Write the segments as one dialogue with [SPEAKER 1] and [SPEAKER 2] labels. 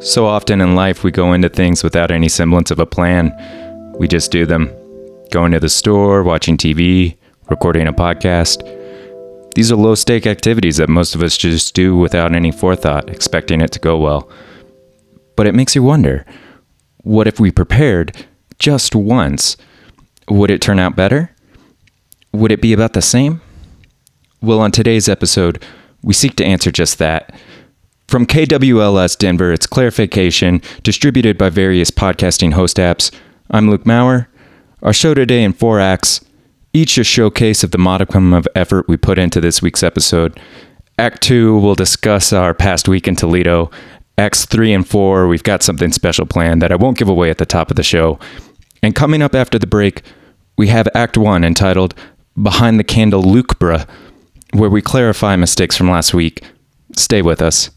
[SPEAKER 1] So often in life, we go into things without any semblance of a plan. We just do them going to the store, watching TV, recording a podcast. These are low stake activities that most of us just do without any forethought, expecting it to go well. But it makes you wonder what if we prepared just once? Would it turn out better? Would it be about the same? Well, on today's episode, we seek to answer just that. From KWLS Denver, it's Clarification, distributed by various podcasting host apps. I'm Luke Maurer. Our show today in four acts, each a showcase of the modicum of effort we put into this week's episode. Act two, we'll discuss our past week in Toledo. Acts three and four, we've got something special planned that I won't give away at the top of the show. And coming up after the break, we have Act one entitled Behind the Candle Lucbra, where we clarify mistakes from last week. Stay with us.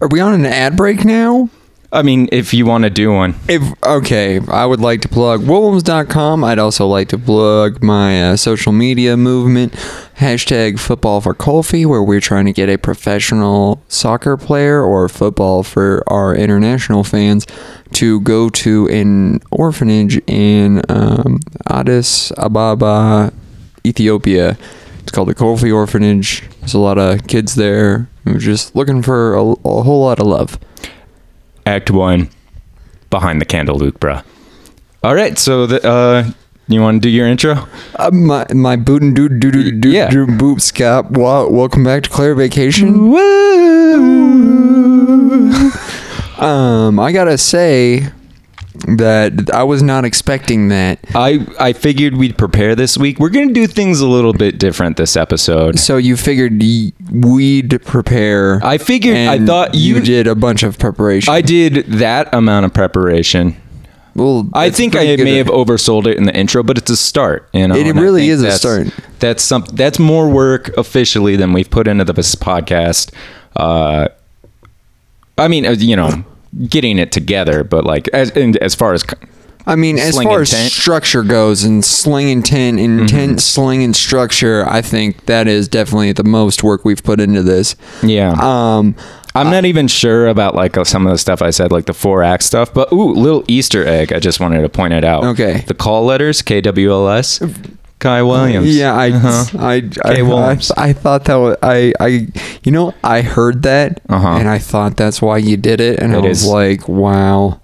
[SPEAKER 2] Are we on an ad break now?
[SPEAKER 1] I mean, if you want to do one,
[SPEAKER 2] If okay, I would like to plug Woolworms.com. I'd also like to plug my uh, social media movement, hashtag football for Colfi, where we're trying to get a professional soccer player or football for our international fans to go to an orphanage in um, Addis Ababa, Ethiopia. It's called the Colfi Orphanage. There's a lot of kids there who are just looking for a, a whole lot of love.
[SPEAKER 1] Act One, behind the candle, Luke, bruh. All right, so the, uh, you want to do your intro?
[SPEAKER 2] Uh, my my boot and doo doo doo doo
[SPEAKER 1] Yeah.
[SPEAKER 2] doo boop scap. Wow, welcome back to Claire Vacation. Um, I gotta say that I was not expecting that.
[SPEAKER 1] I I figured we'd prepare this week. We're gonna do things a little bit different this episode.
[SPEAKER 2] So you figured y- we'd prepare.
[SPEAKER 1] I figured. I
[SPEAKER 2] and
[SPEAKER 1] thought you.
[SPEAKER 2] did a bunch of preparation.
[SPEAKER 1] I did that amount of preparation.
[SPEAKER 2] well,
[SPEAKER 1] I
[SPEAKER 2] it's
[SPEAKER 1] think
[SPEAKER 2] pretty
[SPEAKER 1] I
[SPEAKER 2] good.
[SPEAKER 1] may have oversold it in the intro, but it's a start. You know,
[SPEAKER 2] It
[SPEAKER 1] and I
[SPEAKER 2] really
[SPEAKER 1] think
[SPEAKER 2] is a
[SPEAKER 1] that's-
[SPEAKER 2] start.
[SPEAKER 1] That's some. That's more work officially than we've put into this podcast. Uh, I mean, uh, you know, getting it together, but like as and as far as c-
[SPEAKER 2] I mean, as
[SPEAKER 1] Slinging
[SPEAKER 2] far as
[SPEAKER 1] tent. Mm-hmm.
[SPEAKER 2] structure goes and sling intent, intent, sling and structure, I think that is definitely the most work we've put into this.
[SPEAKER 1] yeah,
[SPEAKER 2] Um,
[SPEAKER 1] I'm not even sure about like uh, some of the stuff I said, like the four act stuff. But ooh, little Easter egg! I just wanted to point it out.
[SPEAKER 2] Okay.
[SPEAKER 1] the call letters KWLS, Kai Williams. Uh-huh.
[SPEAKER 2] Yeah, I, I, I,
[SPEAKER 1] Kay
[SPEAKER 2] I,
[SPEAKER 1] Williams.
[SPEAKER 2] I thought that was, I, I, you know, I heard that
[SPEAKER 1] Uh-huh.
[SPEAKER 2] and I thought that's why you did it. And I
[SPEAKER 1] It
[SPEAKER 2] was
[SPEAKER 1] is.
[SPEAKER 2] like, wow,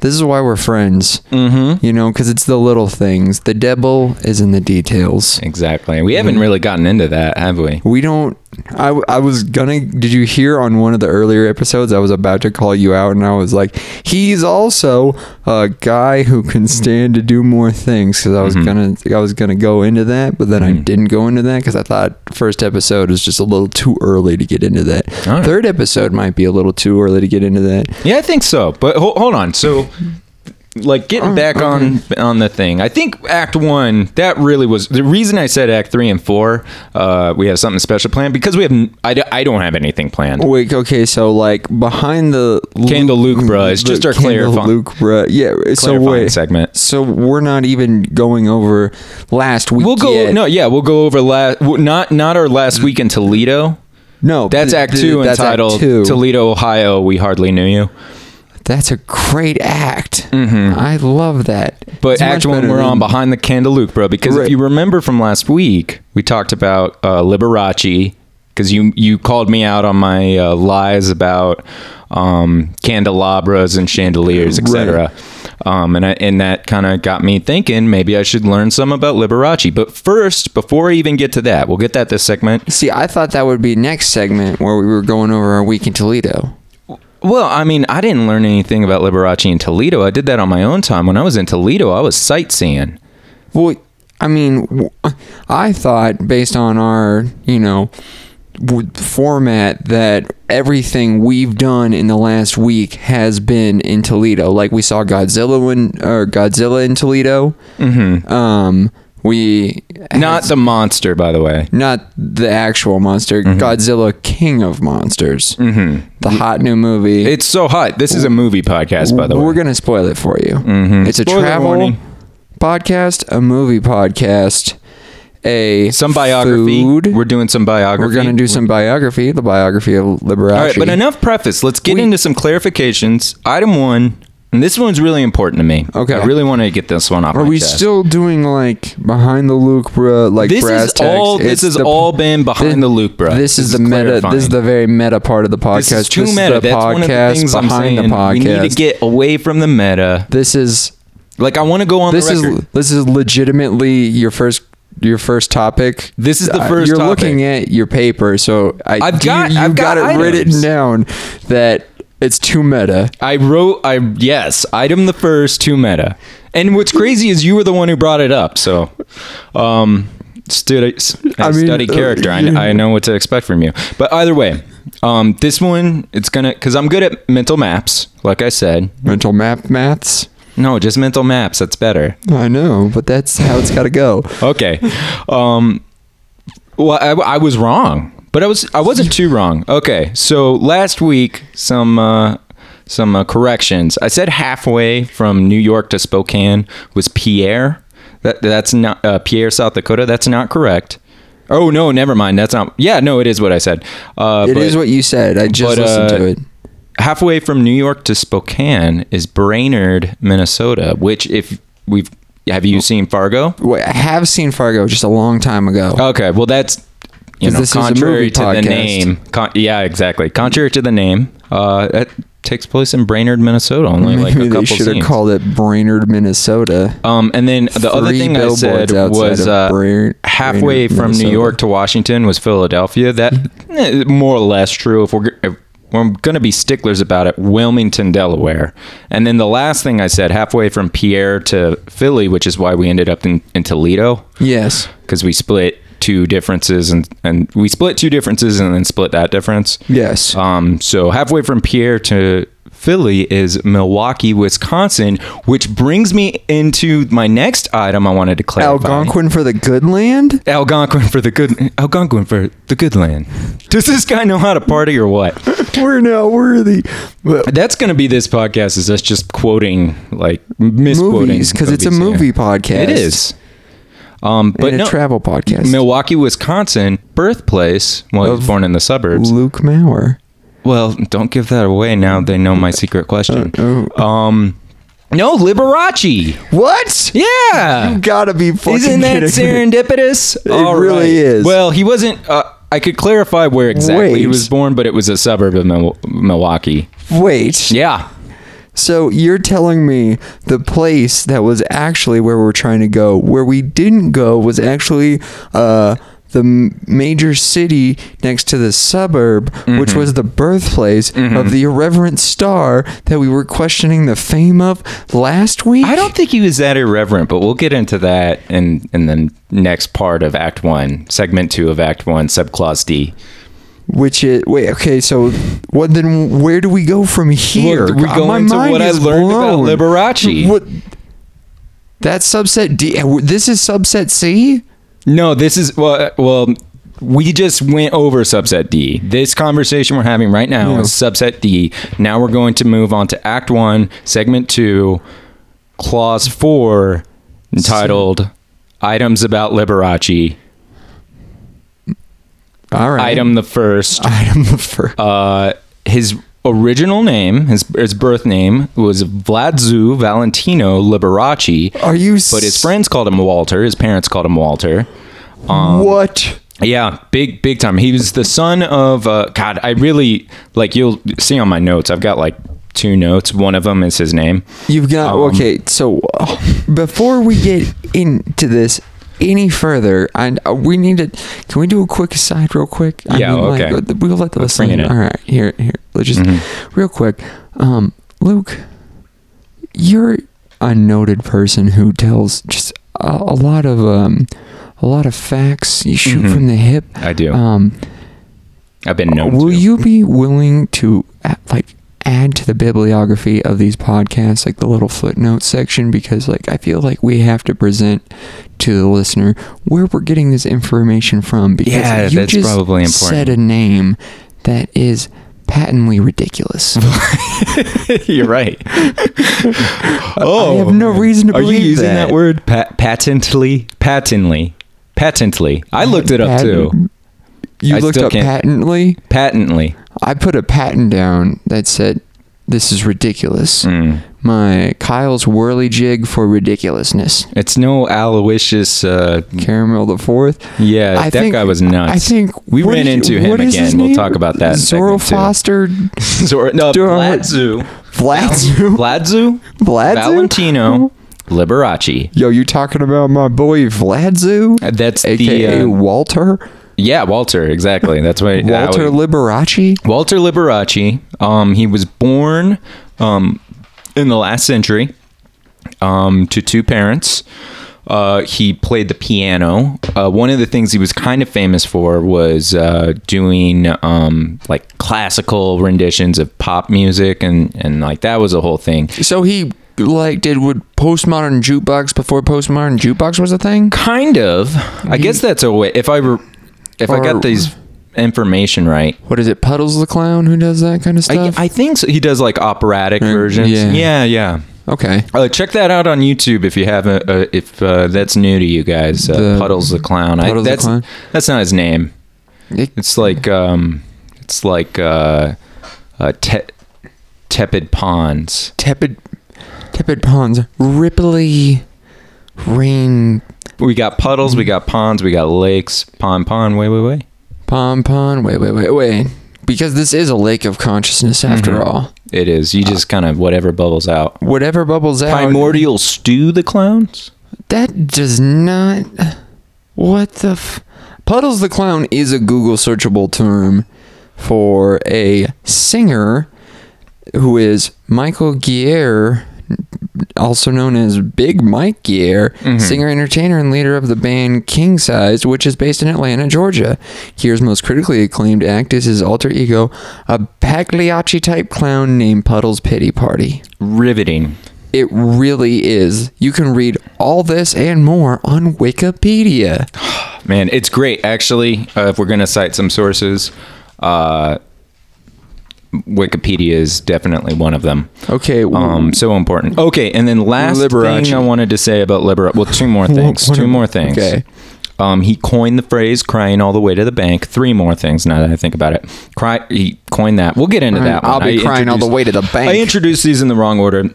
[SPEAKER 2] this is why we're friends,
[SPEAKER 1] Mm-hmm.
[SPEAKER 2] you know, because it's the little things. The devil is in the details.
[SPEAKER 1] Exactly. We
[SPEAKER 2] Mm-hmm.
[SPEAKER 1] haven't really gotten into that, have we?
[SPEAKER 2] We don't, I, w- I was gonna, did you hear on one of the earlier episodes? I was about to call you out and I was like, he's also a guy who
[SPEAKER 1] Mm-hmm.
[SPEAKER 2] can stand to do more things. Cause I was gonna, I was gonna go into that, but then
[SPEAKER 1] Mm.
[SPEAKER 2] I didn't go into that because I thought first episode was just a little too early to get into that.
[SPEAKER 1] All right.
[SPEAKER 2] Third episode might be a little too early to get into that.
[SPEAKER 1] Yeah, I think so. But ho- hold on. So, like getting back
[SPEAKER 2] Oh,
[SPEAKER 1] on on the thing, I think Act One that really was the reason I said Act Three and Four. Uh, we have something special planned because we have. n- I, d- I don't have anything planned.
[SPEAKER 2] Wait, okay, so like behind the Mm,
[SPEAKER 1] Candle Lucbra is just our clarifying-
[SPEAKER 2] Luke, bruh. Yeah, so
[SPEAKER 1] Clarifying
[SPEAKER 2] wait.
[SPEAKER 1] segment.
[SPEAKER 2] So we're not even going over last week.
[SPEAKER 1] We'll go.
[SPEAKER 2] yet.
[SPEAKER 1] No, yeah, we'll go over last. Not not our last week in Toledo.
[SPEAKER 2] no.
[SPEAKER 1] That's
[SPEAKER 2] th-
[SPEAKER 1] Act
[SPEAKER 2] th-
[SPEAKER 1] Two,
[SPEAKER 2] that's Act
[SPEAKER 1] entitled
[SPEAKER 2] Two.
[SPEAKER 1] "Toledo, Ohio." We hardly knew you,
[SPEAKER 2] That's a great act. I love that.
[SPEAKER 1] Mm-hmm. but
[SPEAKER 2] It's
[SPEAKER 1] Act
[SPEAKER 2] much
[SPEAKER 1] One
[SPEAKER 2] better
[SPEAKER 1] we're
[SPEAKER 2] than-
[SPEAKER 1] on behind the candelabra because
[SPEAKER 2] Right.
[SPEAKER 1] if you remember from last week, we talked about uh, Liberace because you you called me out on my uh, lies about um, candelabras and chandeliers, etc. Um, and I, and that kind of got me thinking maybe I should learn some about Liberace. But first, before I even get to that, we'll get that this segment.
[SPEAKER 2] See, I thought that would be next segment where we were going over our week in Toledo.
[SPEAKER 1] Well, I mean, I didn't learn anything about Liberace in Toledo. I did that on my own time. When I was in Toledo, I was sightseeing.
[SPEAKER 2] Well, I mean, w- I thought based on our, you know, w- format that everything we've done in the last week has been in Toledo. Like we saw Godzilla in or Godzilla in Toledo. Mm-hmm. Um, we
[SPEAKER 1] Not the monster, by the way.
[SPEAKER 2] not the actual monster, Godzilla, King of Monsters, mm-hmm. the hot new movie.
[SPEAKER 1] It's so hot. This is a movie podcast, by the
[SPEAKER 2] We're
[SPEAKER 1] way.
[SPEAKER 2] gonna spoil it for you. Mm-hmm. It's a
[SPEAKER 1] Spoiler
[SPEAKER 2] travel
[SPEAKER 1] warning.
[SPEAKER 2] podcast, a movie podcast, a
[SPEAKER 1] Some biography.
[SPEAKER 2] food.
[SPEAKER 1] We're doing some biography.
[SPEAKER 2] We're going to do some biography, the biography of Liberace.
[SPEAKER 1] All right, but enough preface. Let's get
[SPEAKER 2] We-
[SPEAKER 1] into some clarifications. Item one, and this one's really important to me.
[SPEAKER 2] Okay.
[SPEAKER 1] I really want to get this one off.
[SPEAKER 2] Are
[SPEAKER 1] my
[SPEAKER 2] we
[SPEAKER 1] chest.
[SPEAKER 2] still doing like behind the Luke, bruh, like
[SPEAKER 1] This
[SPEAKER 2] brass
[SPEAKER 1] is
[SPEAKER 2] tacks?
[SPEAKER 1] all. This
[SPEAKER 2] It's
[SPEAKER 1] has
[SPEAKER 2] the-
[SPEAKER 1] all been behind
[SPEAKER 2] thi-
[SPEAKER 1] the loop, bro.
[SPEAKER 2] This, is the meta. This is the very meta part of the podcast.
[SPEAKER 1] This is too meta.
[SPEAKER 2] The
[SPEAKER 1] That's
[SPEAKER 2] podcast
[SPEAKER 1] one of the things I'm
[SPEAKER 2] behind
[SPEAKER 1] saying.
[SPEAKER 2] the podcast.
[SPEAKER 1] We need to get away from the meta.
[SPEAKER 2] this is
[SPEAKER 1] Like I want to go on
[SPEAKER 2] this
[SPEAKER 1] the record.
[SPEAKER 2] is this is legitimately your first your first topic.
[SPEAKER 1] this is the
[SPEAKER 2] Uh,
[SPEAKER 1] 1st
[SPEAKER 2] You're
[SPEAKER 1] topic.
[SPEAKER 2] looking at your paper, so I,
[SPEAKER 1] I've
[SPEAKER 2] do-
[SPEAKER 1] got-
[SPEAKER 2] you
[SPEAKER 1] I've
[SPEAKER 2] got,
[SPEAKER 1] got
[SPEAKER 2] it written
[SPEAKER 1] items.
[SPEAKER 2] down that it's too meta.
[SPEAKER 1] I wrote. I yes. Item the first to meta. And what's
[SPEAKER 2] Hmm.
[SPEAKER 1] crazy is you were the one who brought it up. So, um, study. I,
[SPEAKER 2] I mean,
[SPEAKER 1] study
[SPEAKER 2] uh,
[SPEAKER 1] character. I,
[SPEAKER 2] you-
[SPEAKER 1] I know what to expect from you. But either way, um, this one it's gonna because I'm good at mental maps. Like I said,
[SPEAKER 2] Mental map maths.
[SPEAKER 1] no, just mental maps. That's better.
[SPEAKER 2] I know, but that's how it's got to go.
[SPEAKER 1] okay. Um, well, I, I was wrong, but I was I wasn't too wrong. Okay, so last week some uh, some uh, corrections. I said halfway from New York to Spokane was Pierre. That that's not uh, Pierre, South Dakota. That's not correct. Oh no, never mind. That's not. Yeah, no, it is what I said. Uh,
[SPEAKER 2] It is
[SPEAKER 1] but
[SPEAKER 2] what you said. I just
[SPEAKER 1] but,
[SPEAKER 2] listened
[SPEAKER 1] uh,
[SPEAKER 2] to it.
[SPEAKER 1] halfway from New York to Spokane is Brainerd, Minnesota. Which if we've have
[SPEAKER 2] Oh.
[SPEAKER 1] you seen Fargo?
[SPEAKER 2] Wait, I have seen Fargo just a long time ago.
[SPEAKER 1] Okay, well that's you
[SPEAKER 2] 'Cause
[SPEAKER 1] know
[SPEAKER 2] this is a
[SPEAKER 1] contrary
[SPEAKER 2] movie
[SPEAKER 1] to the
[SPEAKER 2] podcast.
[SPEAKER 1] name. Con- yeah, exactly. Contrary to the name, uh, that takes place in Brainerd, Minnesota. Only
[SPEAKER 2] Maybe
[SPEAKER 1] like a couple
[SPEAKER 2] they should have
[SPEAKER 1] scenes.
[SPEAKER 2] called it Brainerd, Minnesota.
[SPEAKER 1] um, and then the other
[SPEAKER 2] Three
[SPEAKER 1] thing I
[SPEAKER 2] billboards
[SPEAKER 1] said
[SPEAKER 2] outside
[SPEAKER 1] was
[SPEAKER 2] of
[SPEAKER 1] uh,
[SPEAKER 2] Brain-
[SPEAKER 1] halfway
[SPEAKER 2] Brainerd,
[SPEAKER 1] from New
[SPEAKER 2] Minnesota. Mm-hmm.
[SPEAKER 1] York to Washington was Philadelphia. That eh, more or less true. If we're g- if we're gonna be sticklers about it, Wilmington, Delaware, and then the last thing I said halfway from Pierre to Philly, which is why we ended up in, in Toledo
[SPEAKER 2] Yes.
[SPEAKER 1] because we split two differences and and we split two differences and then split that difference.
[SPEAKER 2] Yes.
[SPEAKER 1] Um, so halfway from Pierre to Philly is Milwaukee, Wisconsin, which brings me into my next item. I wanted to clarify.
[SPEAKER 2] Algonquin for the good land?
[SPEAKER 1] Algonquin for the good. Algonquin for the good land. Does this guy know how to party or what?
[SPEAKER 2] We're now worthy. But
[SPEAKER 1] That's going to be this podcast. Is us just quoting like misquoting
[SPEAKER 2] movies, because it's a
[SPEAKER 1] movies here.
[SPEAKER 2] movie podcast.
[SPEAKER 1] It is. Um, but
[SPEAKER 2] and
[SPEAKER 1] no,
[SPEAKER 2] a travel podcast.
[SPEAKER 1] Milwaukee, Wisconsin, birthplace. Well, he was
[SPEAKER 2] Of-
[SPEAKER 1] born in the suburbs.
[SPEAKER 2] Luke Mauer.
[SPEAKER 1] Well, don't give that away. Now they know my secret question.
[SPEAKER 2] oh.
[SPEAKER 1] Um, no, Liberace.
[SPEAKER 2] What?
[SPEAKER 1] Yeah,
[SPEAKER 2] You gotta be fucking
[SPEAKER 1] isn't that
[SPEAKER 2] kidding me.
[SPEAKER 1] serendipitous?
[SPEAKER 2] It really is.
[SPEAKER 1] Well, he wasn't. Uh, I could clarify where exactly he
[SPEAKER 2] Wait.
[SPEAKER 1] was born, but it was a suburb of Mil- Milwaukee.
[SPEAKER 2] Wait.
[SPEAKER 1] Yeah,
[SPEAKER 2] So you're telling me the place that was actually where we're trying to go, where we didn't go, was actually uh, the m- major city next to the suburb, which
[SPEAKER 1] Mm-hmm.
[SPEAKER 2] was the birthplace of the irreverent star that we were questioning the fame of last week.
[SPEAKER 1] I don't think he was that irreverent, but we'll get into that in in the next part of Act One, Segment Two of Act One, Subclause D.
[SPEAKER 2] Which is wait, okay. So what? Then where do we go from here?
[SPEAKER 1] Well, we
[SPEAKER 2] God,
[SPEAKER 1] go
[SPEAKER 2] my
[SPEAKER 1] into
[SPEAKER 2] mind
[SPEAKER 1] what I
[SPEAKER 2] is
[SPEAKER 1] learned
[SPEAKER 2] blown.
[SPEAKER 1] about Liberace.
[SPEAKER 2] What? That subset D. uh, This is subset C.
[SPEAKER 1] No, this is well. uh, Well, we just went over subset D. This conversation we're having right now
[SPEAKER 2] Yeah.
[SPEAKER 1] is subset D. Now we're going to move on to Act One, Segment Two, Clause Four, entitled "Items About Liberace."
[SPEAKER 2] All right.
[SPEAKER 1] Item the first.
[SPEAKER 2] Item the first.
[SPEAKER 1] Uh, his original name, his his birth name was Vladzu Valentino Liberace,
[SPEAKER 2] Are you?
[SPEAKER 1] but his friends called him Walter. His parents called him Walter.
[SPEAKER 2] what?
[SPEAKER 1] Yeah, big big time. He was the son of uh, God. I really like you'll see on my notes. I've got like two notes. One of them is his name.
[SPEAKER 2] You've got
[SPEAKER 1] Um,
[SPEAKER 2] okay. So uh, before we get into this any further, I uh, we need to. Can we do a quick aside, real quick? I
[SPEAKER 1] Yeah, okay.
[SPEAKER 2] Like, uh, we'll let the
[SPEAKER 1] bring it
[SPEAKER 2] listener.
[SPEAKER 1] in.
[SPEAKER 2] All right, here, here. Let's just
[SPEAKER 1] Mhm.
[SPEAKER 2] real quick. Um, Luke, you're a noted person who tells just a, a lot of um, a lot of facts. You shoot
[SPEAKER 1] Mhm.
[SPEAKER 2] from the hip.
[SPEAKER 1] I do.
[SPEAKER 2] Um,
[SPEAKER 1] I've been known.
[SPEAKER 2] Will
[SPEAKER 1] to.
[SPEAKER 2] you be willing to uh, like add to the bibliography of these podcasts, like the little footnote section? Because like I feel like we have to present to the listener where we're getting this information from. Because
[SPEAKER 1] Yeah,
[SPEAKER 2] you
[SPEAKER 1] that's
[SPEAKER 2] just
[SPEAKER 1] probably important.
[SPEAKER 2] said a name that is patently ridiculous.
[SPEAKER 1] You're right. oh,
[SPEAKER 2] I have no reason to
[SPEAKER 1] are you
[SPEAKER 2] believe
[SPEAKER 1] using that,
[SPEAKER 2] that.
[SPEAKER 1] word pa- patently? Patently. Patently. I looked it up too.
[SPEAKER 2] Patent- You
[SPEAKER 1] I
[SPEAKER 2] looked
[SPEAKER 1] still
[SPEAKER 2] up
[SPEAKER 1] can't-
[SPEAKER 2] patently.
[SPEAKER 1] Patently.
[SPEAKER 2] I put a patent down that said, "This is ridiculous."
[SPEAKER 1] Mm.
[SPEAKER 2] My Kyle's whirly jig for ridiculousness.
[SPEAKER 1] It's no Aloysius. Uh,
[SPEAKER 2] Caramel the fourth.
[SPEAKER 1] yeah, Uh, that guy was nuts.
[SPEAKER 2] I think
[SPEAKER 1] we
[SPEAKER 2] what
[SPEAKER 1] ran
[SPEAKER 2] did
[SPEAKER 1] into
[SPEAKER 2] you-
[SPEAKER 1] him
[SPEAKER 2] what is his
[SPEAKER 1] again. We'll
[SPEAKER 2] name?
[SPEAKER 1] talk about that. in
[SPEAKER 2] Zorro
[SPEAKER 1] segment two.
[SPEAKER 2] Foster,
[SPEAKER 1] Zor- no,
[SPEAKER 2] Dora-
[SPEAKER 1] Vladzu.
[SPEAKER 2] Vladzu,
[SPEAKER 1] Vladzu.
[SPEAKER 2] Vladzu.
[SPEAKER 1] Valentino.
[SPEAKER 2] Uh-huh.
[SPEAKER 1] Liberace.
[SPEAKER 2] Yo, you talking about my boy Vladzu,
[SPEAKER 1] Uh, That's
[SPEAKER 2] aka
[SPEAKER 1] the uh,
[SPEAKER 2] Walter,
[SPEAKER 1] yeah, Walter. Exactly. That's what
[SPEAKER 2] Walter
[SPEAKER 1] how he-
[SPEAKER 2] Liberace?
[SPEAKER 1] Walter Liberace. Um, he was born um, in the last century um, to two parents. Uh, he played the piano. Uh, one of the things he was kind of famous for was uh, doing um, like classical renditions of pop music, and, and like that was a whole thing.
[SPEAKER 2] So he like did would postmodern jukebox before postmodern jukebox was a thing.
[SPEAKER 1] Kind of. I guess that's a way. If I re- if I
[SPEAKER 2] Or-
[SPEAKER 1] got these information right,
[SPEAKER 2] What is it? Puddles the clown who does that kind of
[SPEAKER 1] I,
[SPEAKER 2] stuff.
[SPEAKER 1] I think so. he does like operatic versions.
[SPEAKER 2] yeah.
[SPEAKER 1] yeah. yeah.
[SPEAKER 2] okay,
[SPEAKER 1] Uh, check that out on YouTube if you haven't. Uh, if uh, that's new to you guys, uh,
[SPEAKER 2] The-
[SPEAKER 1] Puddles the clown. I,
[SPEAKER 2] Puddles the
[SPEAKER 1] that's
[SPEAKER 2] Clown?
[SPEAKER 1] that's not his name.
[SPEAKER 2] It-
[SPEAKER 1] It's like um, it's like uh, uh, te- tepid ponds.
[SPEAKER 2] tepid, tepid ponds, ripply rain,
[SPEAKER 1] We got puddles. We got ponds. We got lakes. Pond, pond. Way, way, way.
[SPEAKER 2] pom pom. Wait, wait, wait, wait. Because this is a lake of consciousness after
[SPEAKER 1] Mhm.
[SPEAKER 2] all.
[SPEAKER 1] It is. You just kind of whatever bubbles out.
[SPEAKER 2] Whatever bubbles out.
[SPEAKER 1] Primordial stew the clowns.
[SPEAKER 2] That does not. What the f. Puddles the Clown is a Google searchable term for a singer who is Michael Gier, also known as Big Mike Gier,
[SPEAKER 1] Mhm.
[SPEAKER 2] singer, entertainer, and leader of the band King Size, which is based in Atlanta, Georgia. Gier's most critically acclaimed act is his alter ego, a Pagliacci type clown named Puddles Pity Party.
[SPEAKER 1] Riveting.
[SPEAKER 2] It really is. You can read all this and more on Wikipedia.
[SPEAKER 1] Man, it's great actually. Uh, if we're gonna cite some sources, uh, Wikipedia is definitely one of them.
[SPEAKER 2] Okay, w-
[SPEAKER 1] Um, so important. Okay, and then last
[SPEAKER 2] Liberace.
[SPEAKER 1] thing I wanted to say about Liberace. Well, two more things.
[SPEAKER 2] What-
[SPEAKER 1] two more things.
[SPEAKER 2] okay.
[SPEAKER 1] Um, he coined the phrase "crying all the way to the bank." Three more things. Now that I think about it, cry. He coined that. We'll get into that.
[SPEAKER 2] I'll
[SPEAKER 1] one.
[SPEAKER 2] be
[SPEAKER 1] I
[SPEAKER 2] crying all the
[SPEAKER 1] introduced-
[SPEAKER 2] way to the bank.
[SPEAKER 1] I introduced these in the wrong order.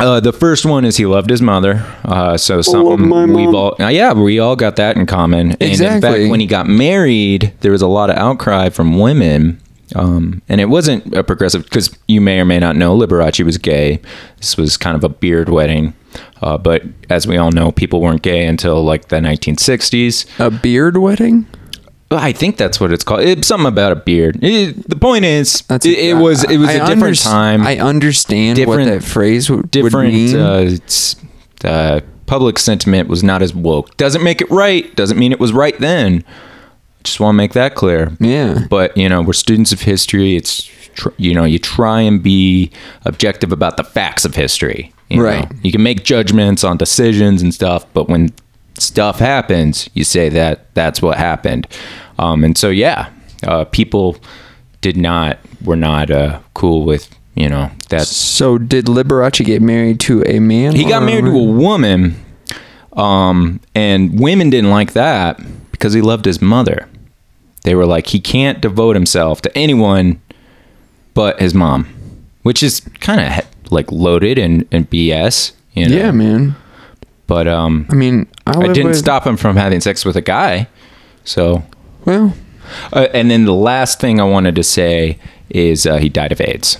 [SPEAKER 1] Uh, the first one is he loved his mother. Uh, so something
[SPEAKER 2] my mom.
[SPEAKER 1] we've all uh, yeah we all got that in common. And in
[SPEAKER 2] Exactly.
[SPEAKER 1] fact, when he got married, there was a lot of outcry from women. Um, and it wasn't a progressive because you may or may not know Liberace was gay. This was kind of a beard wedding, uh, but as we all know, people weren't gay until like the 1960s.
[SPEAKER 2] a beard wedding?
[SPEAKER 1] Well, I think that's what it's called. It's something about a beard. It- the point is,
[SPEAKER 2] That's
[SPEAKER 1] it, it was it was
[SPEAKER 2] I
[SPEAKER 1] a different
[SPEAKER 2] underst-
[SPEAKER 1] time
[SPEAKER 2] I understand what
[SPEAKER 1] Different-
[SPEAKER 2] that phrase would, would
[SPEAKER 1] different
[SPEAKER 2] mean.
[SPEAKER 1] uh, s- uh, public sentiment was not as woke. Doesn't make it right. Doesn't mean it was right then. Just want to make that clear.
[SPEAKER 2] yeah.
[SPEAKER 1] But you know, we're students of history. It's tr- you know, you try and be objective about the facts of history. you know?
[SPEAKER 2] Right.
[SPEAKER 1] You can make judgments on decisions and stuff, but when stuff happens, you say that that's what happened. Um, and so yeah, uh, people did not were not uh, cool with you know that
[SPEAKER 2] So did Liberace get married to a man?
[SPEAKER 1] he got
[SPEAKER 2] or-
[SPEAKER 1] married to a woman, um, and women didn't like that because he loved his mother. They were like, he can't devote himself to anyone but his mom, which is kind of like loaded and, and BS, you know.
[SPEAKER 2] Yeah, man.
[SPEAKER 1] But um,
[SPEAKER 2] I mean, I,
[SPEAKER 1] I
[SPEAKER 2] live
[SPEAKER 1] didn't
[SPEAKER 2] with-
[SPEAKER 1] stop him from having sex with a guy. So,
[SPEAKER 2] Well,
[SPEAKER 1] uh, and then the last thing I wanted to say is uh, he died of AIDS,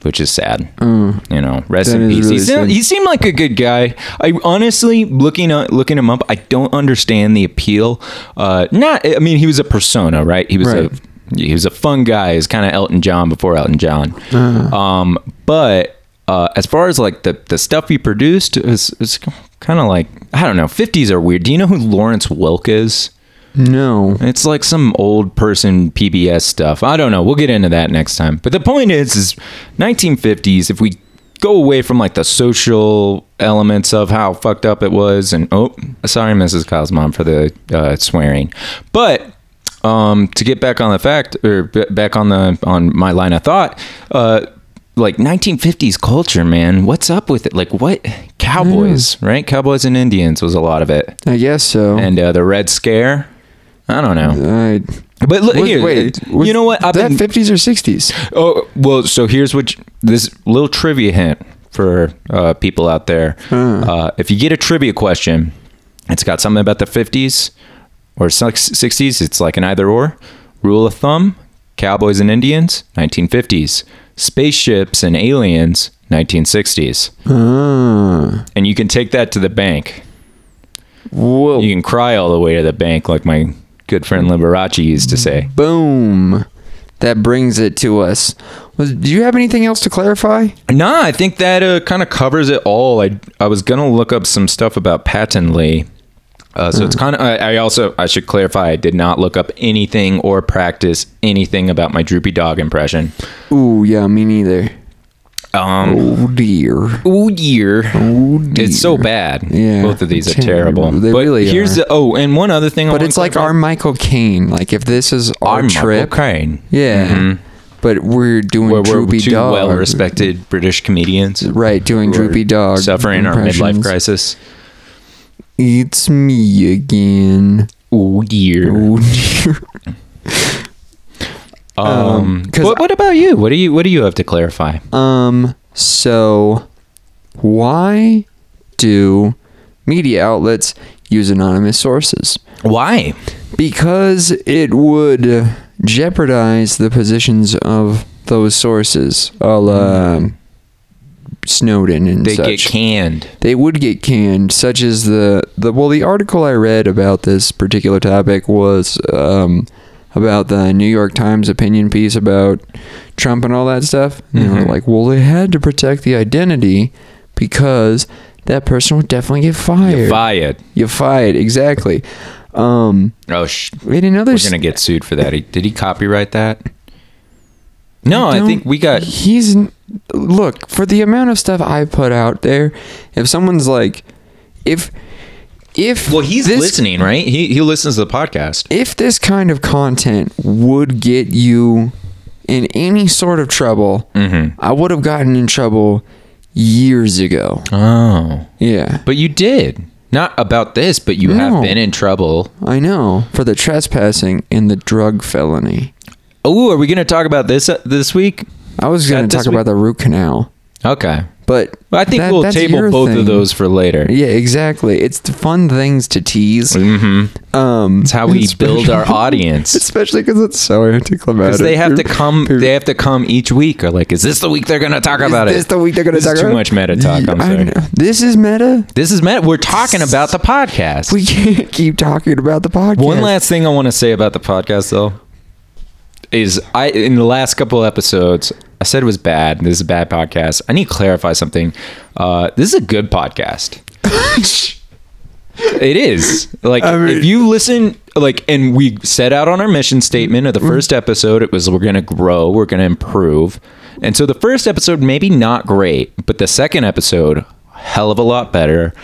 [SPEAKER 1] which is sad
[SPEAKER 2] uh,
[SPEAKER 1] you know, rest
[SPEAKER 2] That
[SPEAKER 1] in
[SPEAKER 2] is
[SPEAKER 1] peace.
[SPEAKER 2] really
[SPEAKER 1] he, seemed,
[SPEAKER 2] sad.
[SPEAKER 1] he seemed like a good guy. I honestly, looking up, looking him up, I don't understand the appeal. Uh, not, I mean, he was a persona, right? He was
[SPEAKER 2] Right.
[SPEAKER 1] a he was a fun guy. He's kind of Elton John before Elton John.
[SPEAKER 2] Uh-huh.
[SPEAKER 1] Um, but uh, as far as like the the stuff he produced, it was, it's kind of like I don't know. Fifties are weird. Do you know who Lawrence Welk is?
[SPEAKER 2] no.
[SPEAKER 1] It's like some old person PBS stuff. I don't know. We'll get into that next time. But the point is, is 1950s. If we go away from like the social elements of how fucked up it was, and oh, sorry, Mrs. Kyle's mom for the uh, swearing, but. Um, to get back on the fact or b- back on the on my line of thought, uh, like 1950s culture, man, what's up with it? Like, what Cowboys, right? Cowboys and Indians was a lot of it,
[SPEAKER 2] I guess so.
[SPEAKER 1] and uh, the Red Scare. I don't know,
[SPEAKER 2] I-
[SPEAKER 1] but look
[SPEAKER 2] was-
[SPEAKER 1] here. uh,
[SPEAKER 2] wait,
[SPEAKER 1] you
[SPEAKER 2] was
[SPEAKER 1] know what? I've
[SPEAKER 2] that
[SPEAKER 1] been,
[SPEAKER 2] fifties or sixties?
[SPEAKER 1] oh, well. So here's what you- this little trivia hint for uh, people out there. Uh, if you get a trivia question, it's got something about the 50s or six- 60s. It's like an either or. Rule of thumb: Cowboys and Indians, 1950s. Spaceships and aliens, 1960s.
[SPEAKER 2] Ah.
[SPEAKER 1] And you can take that to the bank.
[SPEAKER 2] Whoa.
[SPEAKER 1] You can cry all the way to the bank, like my good friend Liberace used to say.
[SPEAKER 2] Boom. That brings it to us. Was, do you have anything else to clarify?
[SPEAKER 1] Nah, I think that uh, kind of covers it all. I I was gonna look up some stuff about patently. Uh, so it's
[SPEAKER 2] Hmm.
[SPEAKER 1] kind of. I, I also I should clarify. I did not look up anything or practice anything about my droopy dog impression.
[SPEAKER 2] Ooh, yeah, me neither.
[SPEAKER 1] Um.
[SPEAKER 2] Oh dear.
[SPEAKER 1] Oh dear.
[SPEAKER 2] Oh dear.
[SPEAKER 1] It's so bad.
[SPEAKER 2] Yeah,
[SPEAKER 1] Both of these are
[SPEAKER 2] terrible.
[SPEAKER 1] terrible.
[SPEAKER 2] They
[SPEAKER 1] but
[SPEAKER 2] really
[SPEAKER 1] here's
[SPEAKER 2] are.
[SPEAKER 1] the oh, and one other thing. I
[SPEAKER 2] But
[SPEAKER 1] wanna
[SPEAKER 2] it's like
[SPEAKER 1] clarify.
[SPEAKER 2] our Michael Caine. Like if this is our,
[SPEAKER 1] Michael
[SPEAKER 2] trip,
[SPEAKER 1] Caine.
[SPEAKER 2] yeah.
[SPEAKER 1] Mhm.
[SPEAKER 2] But we're doing
[SPEAKER 1] Where we're
[SPEAKER 2] droopy
[SPEAKER 1] two
[SPEAKER 2] dog.
[SPEAKER 1] well-respected British comedians.
[SPEAKER 2] Right, doing
[SPEAKER 1] who are
[SPEAKER 2] droopy dog.
[SPEAKER 1] suffering our midlife
[SPEAKER 2] impressions.
[SPEAKER 1] crisis.
[SPEAKER 2] It's me again.
[SPEAKER 1] Oh dear.
[SPEAKER 2] Oh dear. Um,
[SPEAKER 1] Um,
[SPEAKER 2] 'cause
[SPEAKER 1] what, what about you? What do you What do you have to clarify?
[SPEAKER 2] Um, so why do media outlets use anonymous sources?
[SPEAKER 1] Why?
[SPEAKER 2] Because it would jeopardize the positions of those sources, a la Snowden and
[SPEAKER 1] Mm-hmm. They
[SPEAKER 2] such.
[SPEAKER 1] get canned.
[SPEAKER 2] they would get canned, such as the, the well, the article I read about this particular topic was um, about the New York Times opinion piece about Trump and all that stuff. And they were
[SPEAKER 1] Mhm.
[SPEAKER 2] like, well, they had to protect the identity because that person would definitely get fired.
[SPEAKER 1] Get fired.
[SPEAKER 2] You fired, exactly. Um,
[SPEAKER 1] Oh, sh-
[SPEAKER 2] in another,
[SPEAKER 1] we're
[SPEAKER 2] s-
[SPEAKER 1] gonna get sued for that. He, did he copyright that? No, I,
[SPEAKER 2] don't-
[SPEAKER 1] think we got.
[SPEAKER 2] he's n- look for the amount of stuff I put out there. If someone's like, if if
[SPEAKER 1] Well, he's
[SPEAKER 2] this,
[SPEAKER 1] listening, right? He he listens to the podcast.
[SPEAKER 2] if this kind of content would get you in any sort of trouble,
[SPEAKER 1] Mm-hmm.
[SPEAKER 2] I would have gotten in trouble years ago.
[SPEAKER 1] Oh,
[SPEAKER 2] Yeah,
[SPEAKER 1] but you did not about this, but you
[SPEAKER 2] No.
[SPEAKER 1] have been in trouble.
[SPEAKER 2] I know for the trespassing and the drug felony.
[SPEAKER 1] Oh, are we gonna talk about this uh, this week?
[SPEAKER 2] I was going
[SPEAKER 1] That
[SPEAKER 2] to
[SPEAKER 1] this
[SPEAKER 2] talk
[SPEAKER 1] week-
[SPEAKER 2] about the root canal,
[SPEAKER 1] Okay.
[SPEAKER 2] but
[SPEAKER 1] Well, I think
[SPEAKER 2] That-
[SPEAKER 1] we'll
[SPEAKER 2] that's your
[SPEAKER 1] table both
[SPEAKER 2] thing.
[SPEAKER 1] of those for later.
[SPEAKER 2] yeah, exactly. It's the fun things to tease.
[SPEAKER 1] Mm-hmm.
[SPEAKER 2] Um,
[SPEAKER 1] It's how we build our audience.
[SPEAKER 2] especially because it's so
[SPEAKER 1] Because
[SPEAKER 2] anticlimactic.
[SPEAKER 1] they have to come. They have to come each week. Or like, is this the week they're going to talk about
[SPEAKER 2] is this
[SPEAKER 1] it?
[SPEAKER 2] the week they're going to
[SPEAKER 1] This
[SPEAKER 2] talk
[SPEAKER 1] is too
[SPEAKER 2] about?
[SPEAKER 1] much meta talk. I'm
[SPEAKER 2] I
[SPEAKER 1] sorry.
[SPEAKER 2] know. This is meta.
[SPEAKER 1] This is meta. We're talking about the podcast.
[SPEAKER 2] We can't keep talking about the podcast.
[SPEAKER 1] One last thing I want to say about the podcast, though, is I in the last couple episodes I said it was bad. This is a bad podcast. I need to clarify something. Uh, this is a good podcast. It is. Like
[SPEAKER 2] I mean-
[SPEAKER 1] if you listen like and we set out on our mission statement of the first episode, it was we're gonna grow, we're gonna improve. And so the first episode maybe not great, but the second episode, hell of a lot better.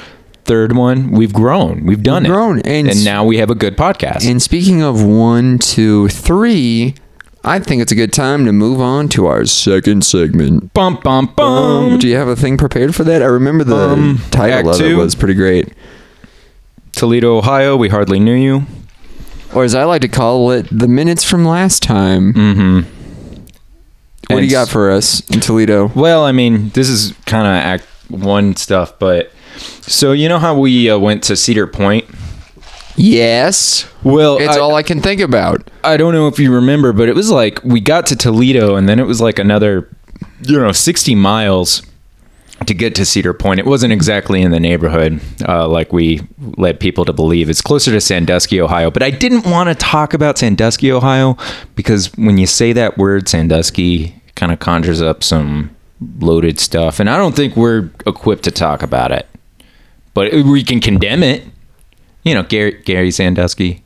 [SPEAKER 1] Third one, we've grown. We've done
[SPEAKER 2] We've
[SPEAKER 1] it.
[SPEAKER 2] grown, and-
[SPEAKER 1] and now we have a good podcast.
[SPEAKER 2] and speaking of one, two, three, I think it's a good time to move on to our second segment.
[SPEAKER 1] bum bum bum.
[SPEAKER 2] Um, do you have a thing prepared for that? I remember the
[SPEAKER 1] Um,
[SPEAKER 2] title
[SPEAKER 1] Act
[SPEAKER 2] of it
[SPEAKER 1] two?
[SPEAKER 2] was pretty great,
[SPEAKER 1] Toledo, Ohio, we hardly knew you.
[SPEAKER 2] or as I like to call it, the minutes from last time.
[SPEAKER 1] Mm-hmm.
[SPEAKER 2] What do you got for us in Toledo?
[SPEAKER 1] Well, I mean, this is kind of act one stuff, but so you know how we uh, went to Cedar Point.
[SPEAKER 2] Yes,
[SPEAKER 1] Well,
[SPEAKER 2] it's
[SPEAKER 1] I,
[SPEAKER 2] all I can think about.
[SPEAKER 1] I don't know if you remember, but it was like we got to Toledo and then it was like another, you know, 60 miles to get to Cedar Point. It wasn't exactly in the neighborhood uh, like we led people to believe. It's closer to Sandusky, Ohio. But I didn't want to talk about Sandusky, Ohio because when you say that word, Sandusky kind of conjures up some loaded stuff. And I don't think we're equipped to talk about it, but we can condemn it. You know, Gary, Gary Sandusky.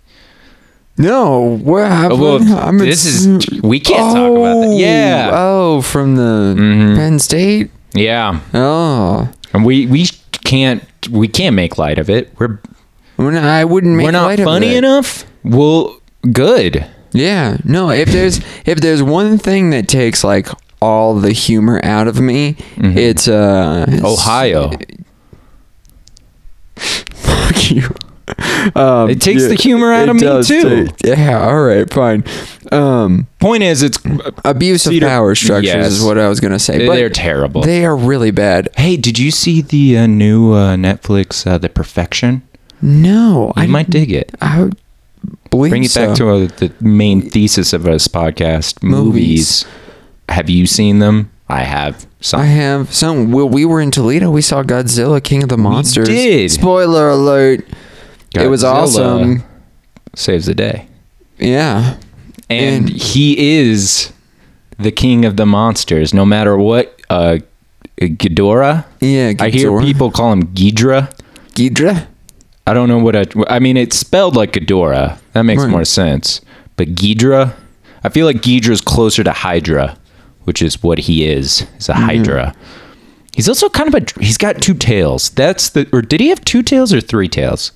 [SPEAKER 2] No, what happened?
[SPEAKER 1] Oh, well, this is we can't talk about that. Yeah, Mm-hmm.
[SPEAKER 2] Oh, from the Penn State.
[SPEAKER 1] yeah,
[SPEAKER 2] Oh,
[SPEAKER 1] and we we can't we can't make light of it. We're
[SPEAKER 2] When I wouldn't make
[SPEAKER 1] we're not
[SPEAKER 2] light of
[SPEAKER 1] funny
[SPEAKER 2] it.
[SPEAKER 1] enough. Well, good.
[SPEAKER 2] Yeah, no. If there's if there's one thing that takes like all the humor out of me, it's uh
[SPEAKER 1] Mm-hmm. Ohio.
[SPEAKER 2] fuck you. Um,
[SPEAKER 1] It takes the humor out
[SPEAKER 2] it
[SPEAKER 1] of me,
[SPEAKER 2] does
[SPEAKER 1] too.
[SPEAKER 2] take- yeah. All right. Fine. Um,
[SPEAKER 1] Point is, it's
[SPEAKER 2] abuse of
[SPEAKER 1] Cedar-
[SPEAKER 2] power structures is
[SPEAKER 1] Yes.
[SPEAKER 2] what I was gonna say. But
[SPEAKER 1] they're terrible.
[SPEAKER 2] They are really bad.
[SPEAKER 1] hey, did you see the uh, new uh, Netflix, uh, The Perfection?
[SPEAKER 2] No,
[SPEAKER 1] I might dig it.
[SPEAKER 2] I would believe
[SPEAKER 1] Bring it back
[SPEAKER 2] so.
[SPEAKER 1] to uh, the main thesis of this podcast:
[SPEAKER 2] Movies.
[SPEAKER 1] movies. Have you seen them? I have. Some.
[SPEAKER 2] I have some. Well, we were in Toledo. We saw Godzilla, King of the Monsters.
[SPEAKER 1] did.
[SPEAKER 2] Spoiler alert. It was
[SPEAKER 1] Godzilla
[SPEAKER 2] awesome.
[SPEAKER 1] Saves the day.
[SPEAKER 2] Yeah.
[SPEAKER 1] and
[SPEAKER 2] And-
[SPEAKER 1] he is the king of the monsters. No matter what, uh, Ghidorah.
[SPEAKER 2] Yeah.
[SPEAKER 1] I hear
[SPEAKER 2] Ghidorah.
[SPEAKER 1] people call him Ghidra.
[SPEAKER 2] Ghidra.
[SPEAKER 1] I don't know what I. I mean, it's spelled like Ghidorah. That makes
[SPEAKER 2] Right.
[SPEAKER 1] more sense. But Ghidra, I feel like Ghidra's closer to Hydra, which is what he is. Is
[SPEAKER 2] Mm-hmm.
[SPEAKER 1] a Hydra. He's also kind of a. He's got two tails. That's the. Or did he have two tails or three tails?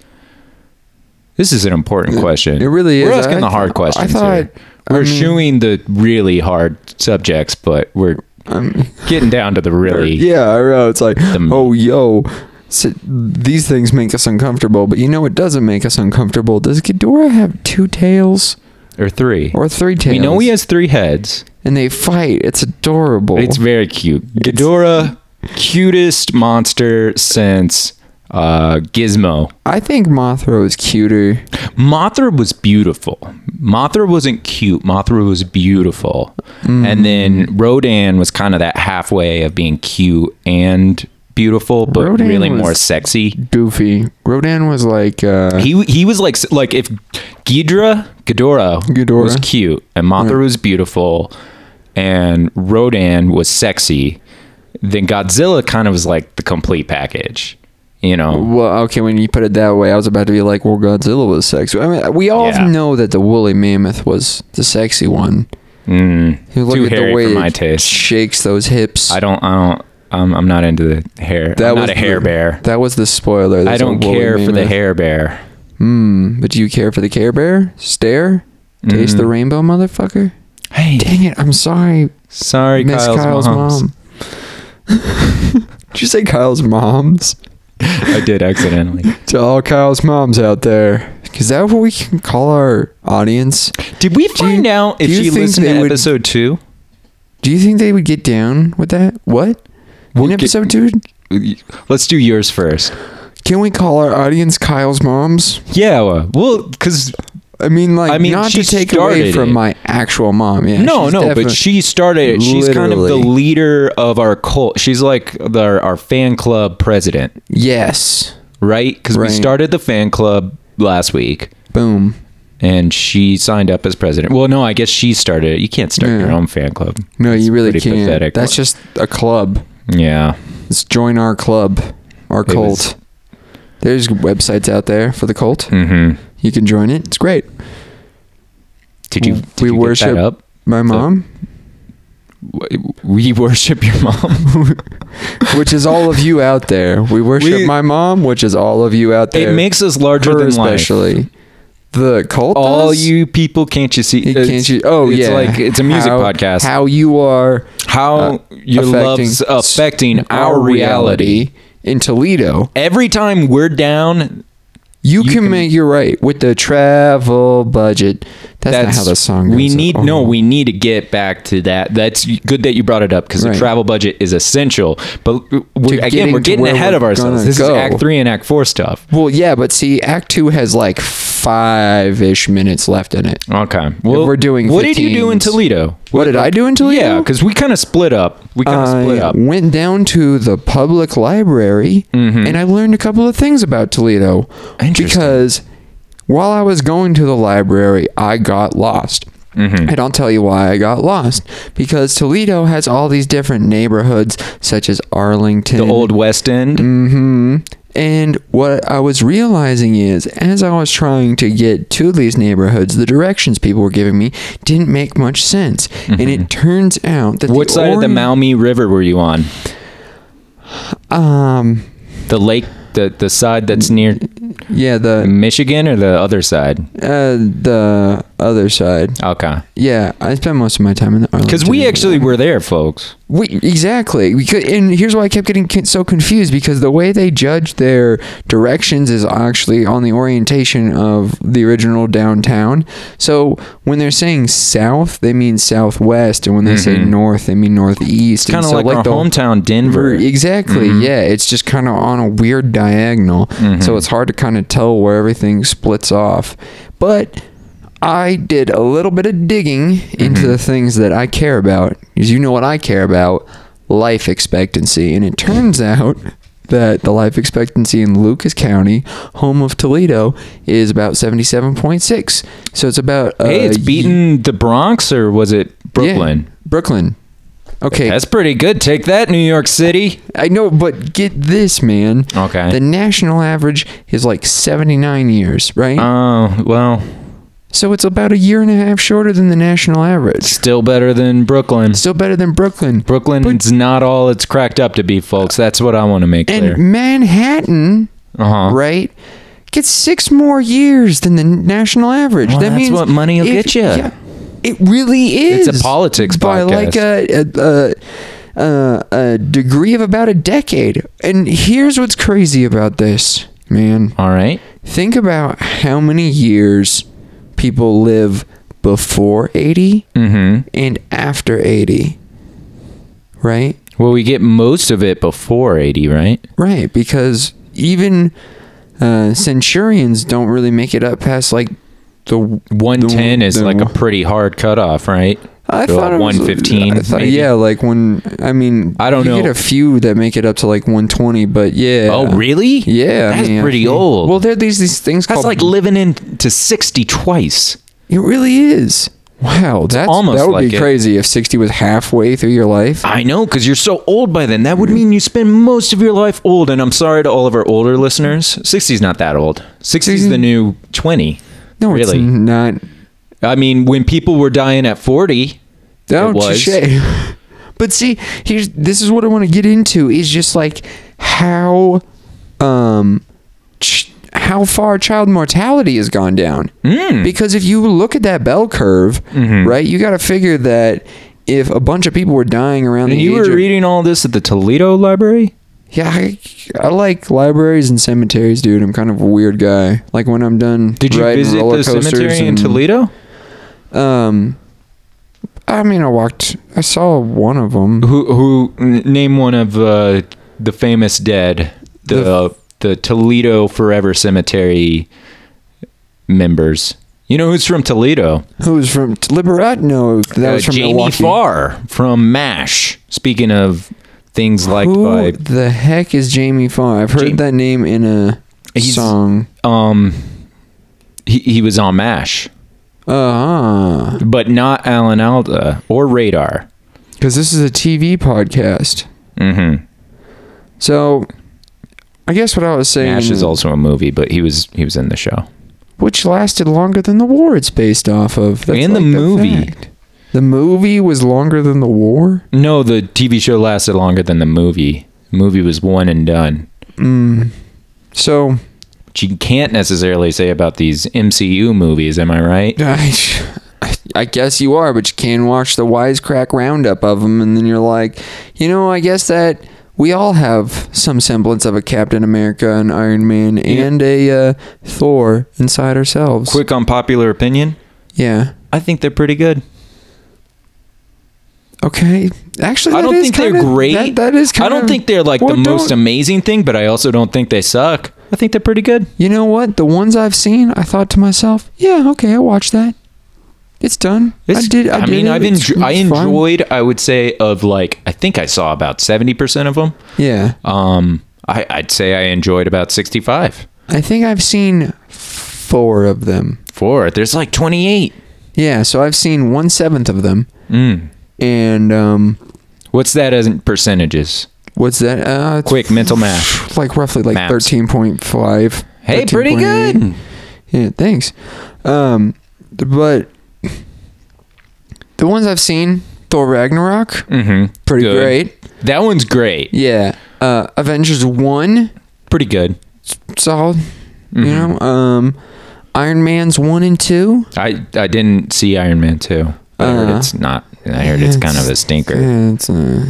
[SPEAKER 1] This is an important question.
[SPEAKER 2] it really
[SPEAKER 1] We're
[SPEAKER 2] is.
[SPEAKER 1] asking
[SPEAKER 2] I-
[SPEAKER 1] the hard
[SPEAKER 2] I
[SPEAKER 1] questions.
[SPEAKER 2] thought-
[SPEAKER 1] here.
[SPEAKER 2] I
[SPEAKER 1] We're
[SPEAKER 2] mean-
[SPEAKER 1] shooing the really hard subjects, but we're
[SPEAKER 2] Um,
[SPEAKER 1] getting down to the really.
[SPEAKER 2] Yeah, I know. It's like,
[SPEAKER 1] The-
[SPEAKER 2] oh, yo, so these things make us uncomfortable. But you know what doesn't make us uncomfortable? Does Ghidorah have two tails
[SPEAKER 1] Or three.
[SPEAKER 2] or three tails?
[SPEAKER 1] we know he has three heads.
[SPEAKER 2] And they fight. It's adorable.
[SPEAKER 1] It's very cute. Ghidorah, cutest monster since uh, Gizmo.
[SPEAKER 2] I think Mothra is cuter.
[SPEAKER 1] Mothra was beautiful. Mothra wasn't cute. Mothra was beautiful.
[SPEAKER 2] Mm-hmm.
[SPEAKER 1] And then Rodan was kind of that halfway of being cute and beautiful, but
[SPEAKER 2] Rodan
[SPEAKER 1] really
[SPEAKER 2] was-
[SPEAKER 1] more sexy.
[SPEAKER 2] Doofy. Rodan was like, uh,
[SPEAKER 1] He he was like like if Ghidra Ghidorah,
[SPEAKER 2] Ghidorah.
[SPEAKER 1] was cute and Mothra was beautiful and Rodan was sexy, then Godzilla kind of was like the complete package, you know.
[SPEAKER 2] well, okay, when you put it that way, I was about to be like, well, Godzilla was sexy. I mean, we all
[SPEAKER 1] Yeah.
[SPEAKER 2] know that the woolly mammoth was the sexy one.
[SPEAKER 1] Mm.
[SPEAKER 2] You look
[SPEAKER 1] Too
[SPEAKER 2] at
[SPEAKER 1] hairy
[SPEAKER 2] the way
[SPEAKER 1] for
[SPEAKER 2] it
[SPEAKER 1] my taste.
[SPEAKER 2] shakes those hips.
[SPEAKER 1] I don't I don't I'm, I'm not into the hair.
[SPEAKER 2] That
[SPEAKER 1] I'm
[SPEAKER 2] was
[SPEAKER 1] not a hair
[SPEAKER 2] the-
[SPEAKER 1] bear.
[SPEAKER 2] That was the spoiler.
[SPEAKER 1] I
[SPEAKER 2] There's a
[SPEAKER 1] don't
[SPEAKER 2] woolly
[SPEAKER 1] care for the
[SPEAKER 2] mammoth.
[SPEAKER 1] hair bear.
[SPEAKER 2] Hmm. But do you care for the Care Bear? Stare? Taste
[SPEAKER 1] Mm.
[SPEAKER 2] the rainbow, motherfucker?
[SPEAKER 1] Hey,
[SPEAKER 2] Dang it. I'm sorry,
[SPEAKER 1] sorry,
[SPEAKER 2] Miss
[SPEAKER 1] Kyle's,
[SPEAKER 2] Kyle's
[SPEAKER 1] moms.
[SPEAKER 2] mom. Did you say Kyle's moms?
[SPEAKER 1] I did accidentally.
[SPEAKER 2] To all Kyle's moms out there. Is that what we can call our audience?
[SPEAKER 1] Did we
[SPEAKER 2] you-
[SPEAKER 1] find out
[SPEAKER 2] do
[SPEAKER 1] if
[SPEAKER 2] you
[SPEAKER 1] she
[SPEAKER 2] think
[SPEAKER 1] listened
[SPEAKER 2] they
[SPEAKER 1] to
[SPEAKER 2] would-
[SPEAKER 1] episode two?
[SPEAKER 2] Do you think they would get down with that? What?
[SPEAKER 1] We'll
[SPEAKER 2] In
[SPEAKER 1] get-
[SPEAKER 2] episode two?
[SPEAKER 1] Let's do yours first.
[SPEAKER 2] Can we call our audience Kyle's moms?
[SPEAKER 1] Yeah, well, well, because
[SPEAKER 2] I mean, like,
[SPEAKER 1] I mean,
[SPEAKER 2] not
[SPEAKER 1] she
[SPEAKER 2] to take away
[SPEAKER 1] started
[SPEAKER 2] from
[SPEAKER 1] it.
[SPEAKER 2] my actual mom. Yeah,
[SPEAKER 1] no,
[SPEAKER 2] she's
[SPEAKER 1] no, but
[SPEAKER 2] definite-
[SPEAKER 1] she started. it. She's kind of the
[SPEAKER 2] Literally.
[SPEAKER 1] leader of our cult. She's like the, our, our fan club president,
[SPEAKER 2] yes,
[SPEAKER 1] right? Because
[SPEAKER 2] Right.
[SPEAKER 1] we started the fan club last week,
[SPEAKER 2] boom.
[SPEAKER 1] and she signed up as president. Well, no, I guess she started it. You can't start
[SPEAKER 2] Yeah.
[SPEAKER 1] your own fan club.
[SPEAKER 2] No,
[SPEAKER 1] It's
[SPEAKER 2] you really
[SPEAKER 1] pretty
[SPEAKER 2] can't.
[SPEAKER 1] pathetic.
[SPEAKER 2] That's just a club.
[SPEAKER 1] yeah.
[SPEAKER 2] Let's join our club, our
[SPEAKER 1] was-
[SPEAKER 2] cult. There's websites out there for the cult.
[SPEAKER 1] Mm-hmm.
[SPEAKER 2] You can join it. It's great.
[SPEAKER 1] Did you?
[SPEAKER 2] We
[SPEAKER 1] Did you get
[SPEAKER 2] worship-
[SPEAKER 1] that up?
[SPEAKER 2] My mom,
[SPEAKER 1] W- We worship your mom.
[SPEAKER 2] which is all of you out there. We worship
[SPEAKER 1] We-
[SPEAKER 2] my mom, which is all of you out there.
[SPEAKER 1] it makes us larger
[SPEAKER 2] her
[SPEAKER 1] than life.
[SPEAKER 2] especially. The cult.
[SPEAKER 1] All
[SPEAKER 2] does?
[SPEAKER 1] you people, can't you see?
[SPEAKER 2] It
[SPEAKER 1] It's-
[SPEAKER 2] can't you? Oh
[SPEAKER 1] it's
[SPEAKER 2] yeah.
[SPEAKER 1] like it's a music
[SPEAKER 2] How-
[SPEAKER 1] podcast.
[SPEAKER 2] How you are
[SPEAKER 1] how
[SPEAKER 2] uh,
[SPEAKER 1] your
[SPEAKER 2] affecting
[SPEAKER 1] love's affecting our reality.
[SPEAKER 2] in Toledo.
[SPEAKER 1] Every time we're down,
[SPEAKER 2] You,
[SPEAKER 1] You
[SPEAKER 2] can,
[SPEAKER 1] can-
[SPEAKER 2] make your right with the travel budget. That's,
[SPEAKER 1] that's,
[SPEAKER 2] not how the song goes.
[SPEAKER 1] We need
[SPEAKER 2] Oh.
[SPEAKER 1] no. We need to get back to that. That's good that you brought it up because
[SPEAKER 2] Right.
[SPEAKER 1] the travel budget is essential. But we're, again,
[SPEAKER 2] getting
[SPEAKER 1] we're
[SPEAKER 2] to
[SPEAKER 1] getting
[SPEAKER 2] where
[SPEAKER 1] ahead
[SPEAKER 2] we're
[SPEAKER 1] of ourselves.
[SPEAKER 2] gonna
[SPEAKER 1] This
[SPEAKER 2] go.
[SPEAKER 1] is Act Three and Act Four stuff.
[SPEAKER 2] Well, yeah, but see, Act Two has like five ish minutes left in it.
[SPEAKER 1] Okay. Well,
[SPEAKER 2] we're doing
[SPEAKER 1] What did you do in
[SPEAKER 2] 15s.
[SPEAKER 1] Toledo?
[SPEAKER 2] What did I do in Toledo?
[SPEAKER 1] Yeah, because we kind of split up. We kind of
[SPEAKER 2] I
[SPEAKER 1] split up.
[SPEAKER 2] went down to the public library and I learned a couple of things about Toledo.
[SPEAKER 1] Mm-hmm. Interesting.
[SPEAKER 2] Because while I was going to the library, I got lost.
[SPEAKER 1] Mm-hmm.
[SPEAKER 2] And I'll tell you why I got lost. Because Toledo has all these different neighborhoods, such as Arlington.
[SPEAKER 1] The Old West End.
[SPEAKER 2] hmm And what I was realizing is, as I was trying to get to these neighborhoods, the directions people were giving me didn't make much sense. And it turns out that
[SPEAKER 1] Mm-hmm. What
[SPEAKER 2] the
[SPEAKER 1] side of the
[SPEAKER 2] Ori-
[SPEAKER 1] Maumee River were you on?
[SPEAKER 2] Um,
[SPEAKER 1] The lake, the
[SPEAKER 2] Mm,
[SPEAKER 1] the side that's near
[SPEAKER 2] yeah, the
[SPEAKER 1] Mm. Michigan, or the other side?
[SPEAKER 2] uh, the other side.
[SPEAKER 1] Okay.
[SPEAKER 2] Yeah, I spend most of my time in the Arlington.
[SPEAKER 1] Because we
[SPEAKER 2] area.
[SPEAKER 1] actually were there, folks.
[SPEAKER 2] we exactly because and here's why I kept getting con- so confused because the way they judge their directions is actually on the orientation of the original downtown. So when they're saying south, they mean southwest, and when they say
[SPEAKER 1] Mhm.
[SPEAKER 2] north, they mean northeast.
[SPEAKER 1] It's kind
[SPEAKER 2] And
[SPEAKER 1] of
[SPEAKER 2] so,
[SPEAKER 1] like, our
[SPEAKER 2] the
[SPEAKER 1] hometown, Denver.
[SPEAKER 2] Exactly.
[SPEAKER 1] Mm-hmm.
[SPEAKER 2] Yeah, it's just kind of on a weird diagonal, so it's hard to kind of tell where everything splits off. But I did a little bit of digging into
[SPEAKER 1] Mm-hmm.
[SPEAKER 2] the things that I care about, because you know what I care about: life expectancy. And it turns out that the life expectancy in Lucas County, home of Toledo, is about seventy-seven point six. So it's about
[SPEAKER 1] Hey,
[SPEAKER 2] uh,
[SPEAKER 1] it's beaten the Bronx, or was it
[SPEAKER 2] yeah,
[SPEAKER 1] Brooklyn?
[SPEAKER 2] Brooklyn. Okay,
[SPEAKER 1] That's pretty good. Take that, New York City.
[SPEAKER 2] I know, but get this, man.
[SPEAKER 1] Okay.
[SPEAKER 2] The national average is like 79 years, right?
[SPEAKER 1] Oh, well,
[SPEAKER 2] so it's about a year and a half shorter than the national average.
[SPEAKER 1] still better than Brooklyn.
[SPEAKER 2] Still better than Brooklyn.
[SPEAKER 1] Brooklyn's not all it's cracked up to be, folks. That's what I want to make
[SPEAKER 2] And
[SPEAKER 1] clear.
[SPEAKER 2] Manhattan,
[SPEAKER 1] Uh huh.
[SPEAKER 2] right, gets six more years than the national average.
[SPEAKER 1] Well,
[SPEAKER 2] that
[SPEAKER 1] that's
[SPEAKER 2] means
[SPEAKER 1] what money will
[SPEAKER 2] if-
[SPEAKER 1] get you.
[SPEAKER 2] yeah, it really is.
[SPEAKER 1] It's a politics
[SPEAKER 2] by
[SPEAKER 1] podcast.
[SPEAKER 2] like a a, a a degree of about a decade. And here's what's crazy about this, man.
[SPEAKER 1] all right.
[SPEAKER 2] Think about how many years people live before 80
[SPEAKER 1] Mm hmm.
[SPEAKER 2] and after 80. Right?
[SPEAKER 1] Well, we get most of it before 80, right?
[SPEAKER 2] Right, because even uh, centurions don't really make it up past like the
[SPEAKER 1] 110 is
[SPEAKER 2] the-
[SPEAKER 1] like a pretty hard cutoff, right?
[SPEAKER 2] I
[SPEAKER 1] So,
[SPEAKER 2] thought
[SPEAKER 1] like,
[SPEAKER 2] it was-
[SPEAKER 1] 115,
[SPEAKER 2] I thought-
[SPEAKER 1] maybe?
[SPEAKER 2] yeah, like when I mean,
[SPEAKER 1] I don't
[SPEAKER 2] you
[SPEAKER 1] know.
[SPEAKER 2] Get a few that make it up to like 120, but yeah.
[SPEAKER 1] Oh, really?
[SPEAKER 2] Yeah, I
[SPEAKER 1] That's
[SPEAKER 2] mean, I
[SPEAKER 1] pretty
[SPEAKER 2] think-
[SPEAKER 1] old.
[SPEAKER 2] Well, oh. there are these these things
[SPEAKER 1] That's
[SPEAKER 2] called
[SPEAKER 1] like living in to 60 twice.
[SPEAKER 2] It really is. Wow, that's
[SPEAKER 1] almost
[SPEAKER 2] that would
[SPEAKER 1] like
[SPEAKER 2] be
[SPEAKER 1] it.
[SPEAKER 2] crazy if 60 was halfway through your life.
[SPEAKER 1] I know, because you're so old by then. That would mean you spend most of your life old. And I'm sorry to all of our older listeners. 60's not that old. 60's the new 20.
[SPEAKER 2] no,
[SPEAKER 1] really.
[SPEAKER 2] it's not.
[SPEAKER 1] I mean, when people were dying at 40,
[SPEAKER 2] No,
[SPEAKER 1] It was.
[SPEAKER 2] touche. But see, here's this is what I want to get into is just like how um ch- how far child mortality has gone down.
[SPEAKER 1] Hmm.
[SPEAKER 2] Because if you look at that bell curve,
[SPEAKER 1] Mm-hmm.
[SPEAKER 2] right? You got to figure that if a bunch of people were dying around
[SPEAKER 1] and
[SPEAKER 2] the
[SPEAKER 1] you
[SPEAKER 2] age
[SPEAKER 1] were
[SPEAKER 2] of-
[SPEAKER 1] reading all this at the Toledo Library?
[SPEAKER 2] Yeah, I, I like libraries and cemeteries, dude. I'm kind of a weird guy. Like when I'm done
[SPEAKER 1] Did you
[SPEAKER 2] riding
[SPEAKER 1] visit
[SPEAKER 2] roller
[SPEAKER 1] the
[SPEAKER 2] coasters
[SPEAKER 1] cemetery in
[SPEAKER 2] and-
[SPEAKER 1] Toledo?
[SPEAKER 2] Um, I mean, I walked. I saw one of them.
[SPEAKER 1] Who, who n- name one of uh, the famous dead, the, the, Toledo Forever Cemetery members. You know who's from Toledo?
[SPEAKER 2] Who was from Liberat? No, that
[SPEAKER 1] Uh,
[SPEAKER 2] was from
[SPEAKER 1] Jamie
[SPEAKER 2] Milwaukee.
[SPEAKER 1] Farr from MASH. Speaking of things liked
[SPEAKER 2] Who
[SPEAKER 1] by
[SPEAKER 2] the heck is Jamie Farr? I've heard
[SPEAKER 1] Jamie-
[SPEAKER 2] that name in a
[SPEAKER 1] He's-
[SPEAKER 2] song.
[SPEAKER 1] um he, he was on MASH,
[SPEAKER 2] Uh huh.
[SPEAKER 1] but not Alan Alda or Radar.
[SPEAKER 2] Because this is a TV podcast.
[SPEAKER 1] Mm-hmm.
[SPEAKER 2] So, I guess what I was saying.
[SPEAKER 1] MASH is also a movie, but he was he was in the show.
[SPEAKER 2] which lasted longer than the war it's based off of.
[SPEAKER 1] And the movie.
[SPEAKER 2] fact. The movie was longer than the war?
[SPEAKER 1] No, the TV show lasted longer than the movie. movie was one and done.
[SPEAKER 2] Mm. So,
[SPEAKER 1] Which you can't necessarily say about these MCU movies, am I right?
[SPEAKER 2] I, I guess you are, but you can watch the wisecrack roundup of them, and then you're like, you know, I guess that we all have some semblance of a Captain America, an Iron Man, and a uh, Thor inside ourselves.
[SPEAKER 1] Quick on popular opinion.
[SPEAKER 2] Yeah.
[SPEAKER 1] I think they're pretty good.
[SPEAKER 2] Okay. Actually,
[SPEAKER 1] I
[SPEAKER 2] that
[SPEAKER 1] don't
[SPEAKER 2] is
[SPEAKER 1] think they're
[SPEAKER 2] kinda-
[SPEAKER 1] great.
[SPEAKER 2] That, that is kind
[SPEAKER 1] I don't think they're like
[SPEAKER 2] Well,
[SPEAKER 1] the most
[SPEAKER 2] don't-
[SPEAKER 1] amazing thing, but I also don't think they suck. I think they're pretty good.
[SPEAKER 2] You know what? The ones I've seen, I thought to myself, "Yeah, okay, I watched that. It's done.
[SPEAKER 1] It's-
[SPEAKER 2] I did. I, did
[SPEAKER 1] mean,
[SPEAKER 2] it.
[SPEAKER 1] I've
[SPEAKER 2] It's-
[SPEAKER 1] enjo- I
[SPEAKER 2] it's fine."
[SPEAKER 1] enjoyed. I would say of like I think I saw about seventy percent of them.
[SPEAKER 2] Yeah,
[SPEAKER 1] Um, I, I'd say I enjoyed about sixty-five.
[SPEAKER 2] I think I've seen four of them.
[SPEAKER 1] Four. There's like twenty-eight.
[SPEAKER 2] Yeah, so I've seen one seventh of them.
[SPEAKER 1] Mm.
[SPEAKER 2] And um,
[SPEAKER 1] What's that as in percentages?
[SPEAKER 2] what's that? Uh, it's
[SPEAKER 1] Quick mental math.
[SPEAKER 2] like roughly like
[SPEAKER 1] Maps.
[SPEAKER 2] thirteen point five.
[SPEAKER 1] Hey, pretty good.
[SPEAKER 2] Yeah, thanks. Um, but the ones I've seen, Thor Ragnarok,
[SPEAKER 1] Mm-hmm.
[SPEAKER 2] pretty
[SPEAKER 1] Good.
[SPEAKER 2] great.
[SPEAKER 1] That one's great.
[SPEAKER 2] Yeah, uh, Avengers one.
[SPEAKER 1] Pretty good. Mm-hmm.
[SPEAKER 2] solid. You know, um, Iron Man's one and two.
[SPEAKER 1] I I didn't see Iron Man two. I heard
[SPEAKER 2] Uh,
[SPEAKER 1] it's not. I heard it's kind of a stinker.
[SPEAKER 2] Yeah, it's, uh,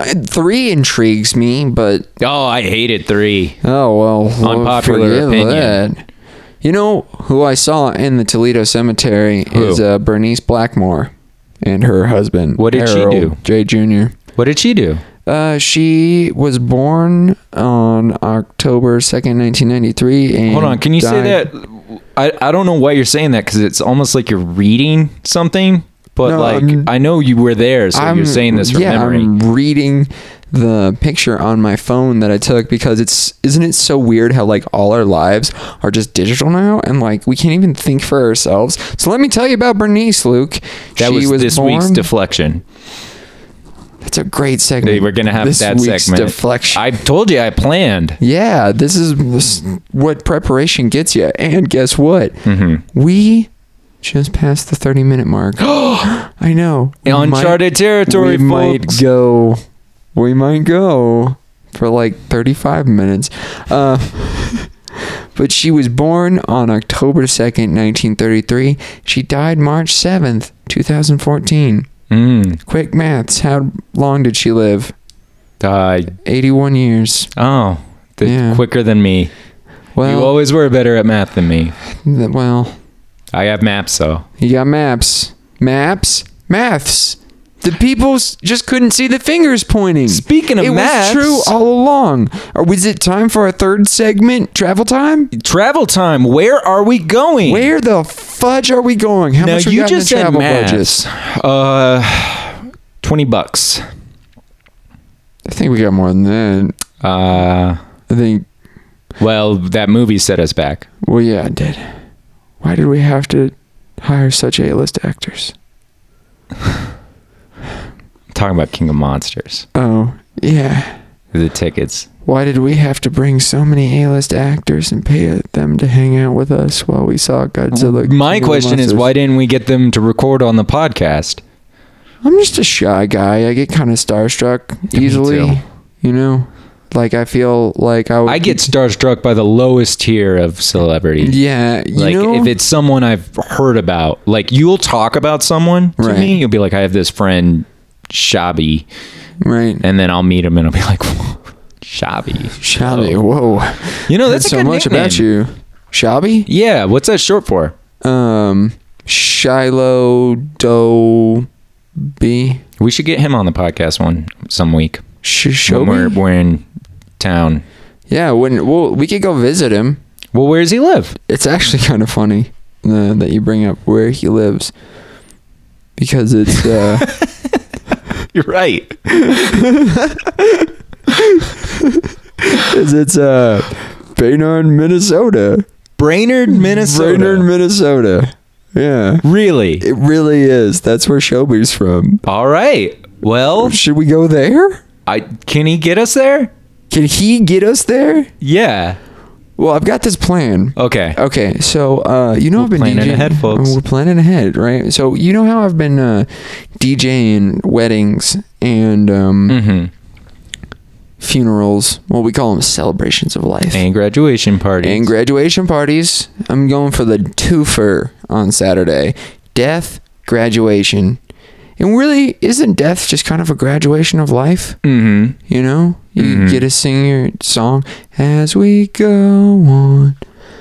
[SPEAKER 2] I- three intrigues me, but
[SPEAKER 1] Oh, I hated three.
[SPEAKER 2] oh well. well,
[SPEAKER 1] Unpopular
[SPEAKER 2] forgive
[SPEAKER 1] opinion.
[SPEAKER 2] that. You know who I saw in the Toledo Cemetery
[SPEAKER 1] Who?
[SPEAKER 2] is uh, Bernice Blackmore and her husband.
[SPEAKER 1] What did she
[SPEAKER 2] Harold
[SPEAKER 1] do?
[SPEAKER 2] Jay Jr.
[SPEAKER 1] What did she do?
[SPEAKER 2] Uh, she was born on October 2nd, 1993. And
[SPEAKER 1] Hold on. Can you say
[SPEAKER 2] died-
[SPEAKER 1] that? I I don't know why you're saying that because it's almost like you're reading something. But
[SPEAKER 2] No,
[SPEAKER 1] like
[SPEAKER 2] I'm-
[SPEAKER 1] I know you were there, so you're saying this from
[SPEAKER 2] yeah,
[SPEAKER 1] memory.
[SPEAKER 2] I'm reading the picture on my phone that I took because it's isn't it so weird how like all our lives are just digital now and like we can't even think for ourselves. So let me tell you about Bernice, Luke.
[SPEAKER 1] that
[SPEAKER 2] she
[SPEAKER 1] was, this week's
[SPEAKER 2] born-
[SPEAKER 1] deflection.
[SPEAKER 2] That's a great
[SPEAKER 1] Hey,
[SPEAKER 2] segment.
[SPEAKER 1] We're gonna have
[SPEAKER 2] this
[SPEAKER 1] that
[SPEAKER 2] week's
[SPEAKER 1] segment.
[SPEAKER 2] deflection.
[SPEAKER 1] I told you I planned.
[SPEAKER 2] yeah, this is this- what preparation gets you. And guess what?
[SPEAKER 1] Mm-hmm.
[SPEAKER 2] We just passed the 30 minute mark. I know. We might-
[SPEAKER 1] Uncharted territory,
[SPEAKER 2] we
[SPEAKER 1] folks.
[SPEAKER 2] might go we might go for like 35 minutes uh, but she was born on october 2nd 1933 she died march 7th 2014
[SPEAKER 1] Mm.
[SPEAKER 2] quick maths how long did she live
[SPEAKER 1] Uh,
[SPEAKER 2] 81 years
[SPEAKER 1] oh, the,
[SPEAKER 2] Yeah.
[SPEAKER 1] quicker than me. you
[SPEAKER 2] well
[SPEAKER 1] always were better at math than me.
[SPEAKER 2] th- well
[SPEAKER 1] I have maps though.
[SPEAKER 2] you got maps maps maths the people s- just couldn't see the fingers pointing
[SPEAKER 1] Speaking of
[SPEAKER 2] it
[SPEAKER 1] maps,
[SPEAKER 2] was true all along. Or was it time for a third segment? Travel time?
[SPEAKER 1] travel time. Where are we going?
[SPEAKER 2] Where the fudge are we going? How
[SPEAKER 1] now
[SPEAKER 2] much we
[SPEAKER 1] you
[SPEAKER 2] got
[SPEAKER 1] just
[SPEAKER 2] in
[SPEAKER 1] said
[SPEAKER 2] the travel
[SPEAKER 1] maps.
[SPEAKER 2] budget?
[SPEAKER 1] Uh, twenty bucks.
[SPEAKER 2] I think we got more than that.
[SPEAKER 1] Uh,
[SPEAKER 2] I think.
[SPEAKER 1] well, that movie set us back.
[SPEAKER 2] Well, yeah, I did. Why did we have to hire such A-list actors?
[SPEAKER 1] I'm talking about King of Monsters.
[SPEAKER 2] Oh, yeah.
[SPEAKER 1] The tickets.
[SPEAKER 2] Why did we have to bring so many A-list actors and pay them to hang out with us while we saw Godzilla?
[SPEAKER 1] My
[SPEAKER 2] King of the
[SPEAKER 1] question is,
[SPEAKER 2] Monsters?
[SPEAKER 1] why didn't we get them to record on the podcast?
[SPEAKER 2] I'm just a shy guy. I get kind of starstruck
[SPEAKER 1] Yeah, me too.
[SPEAKER 2] easily. You know, like I feel like I. Would,
[SPEAKER 1] I get starstruck by the lowest tier of celebrity.
[SPEAKER 2] Yeah, you
[SPEAKER 1] Like
[SPEAKER 2] know,
[SPEAKER 1] if it's someone I've heard about, like you'll talk about someone to
[SPEAKER 2] Right.
[SPEAKER 1] me, you'll be like, I have this friend Shabby,
[SPEAKER 2] right.
[SPEAKER 1] and then I'll meet him and I'll be like, Shabby,
[SPEAKER 2] Shabby, whoa!
[SPEAKER 1] Oh. You know that's a
[SPEAKER 2] Heard so
[SPEAKER 1] good
[SPEAKER 2] much about
[SPEAKER 1] nickname.
[SPEAKER 2] you, Shabby.
[SPEAKER 1] Yeah, what's that short for?
[SPEAKER 2] Um, Shiloh Doe B.
[SPEAKER 1] We should get him on the podcast one some week when we're,
[SPEAKER 2] Shishobi.
[SPEAKER 1] we're in town.
[SPEAKER 2] Yeah, when well, we could go visit him.
[SPEAKER 1] Well, where does he live?
[SPEAKER 2] It's actually kind of funny uh, that you bring up where he lives because it's uh,
[SPEAKER 1] You're right.
[SPEAKER 2] 'cause it's uh, Baynard, Minnesota.
[SPEAKER 1] Brainerd, Minnesota.
[SPEAKER 2] Brainerd, Minnesota. Yeah.
[SPEAKER 1] really?
[SPEAKER 2] It really is. That's where Shelby's from.
[SPEAKER 1] All right. Well,
[SPEAKER 2] Should we go there?
[SPEAKER 1] I can he get us there?
[SPEAKER 2] Can he get us there?
[SPEAKER 1] Yeah.
[SPEAKER 2] Well, I've got this plan.
[SPEAKER 1] Okay.
[SPEAKER 2] Okay, so uh, you know
[SPEAKER 1] We're
[SPEAKER 2] I've been
[SPEAKER 1] planning
[SPEAKER 2] DJing. Oh,
[SPEAKER 1] ahead, folks.
[SPEAKER 2] We're planning ahead, right? So you know how I've been uh, DJing weddings and um,
[SPEAKER 1] Mm-hmm.
[SPEAKER 2] funerals. Well, we call them celebrations of life
[SPEAKER 1] And graduation party.
[SPEAKER 2] and graduation parties. I'm going for the twofer on Saturday. Death, graduation. And really, isn't death just kind of a graduation of life?
[SPEAKER 1] Mm-hmm.
[SPEAKER 2] You know? You
[SPEAKER 1] Mhm.
[SPEAKER 2] get to sing your song as we go on.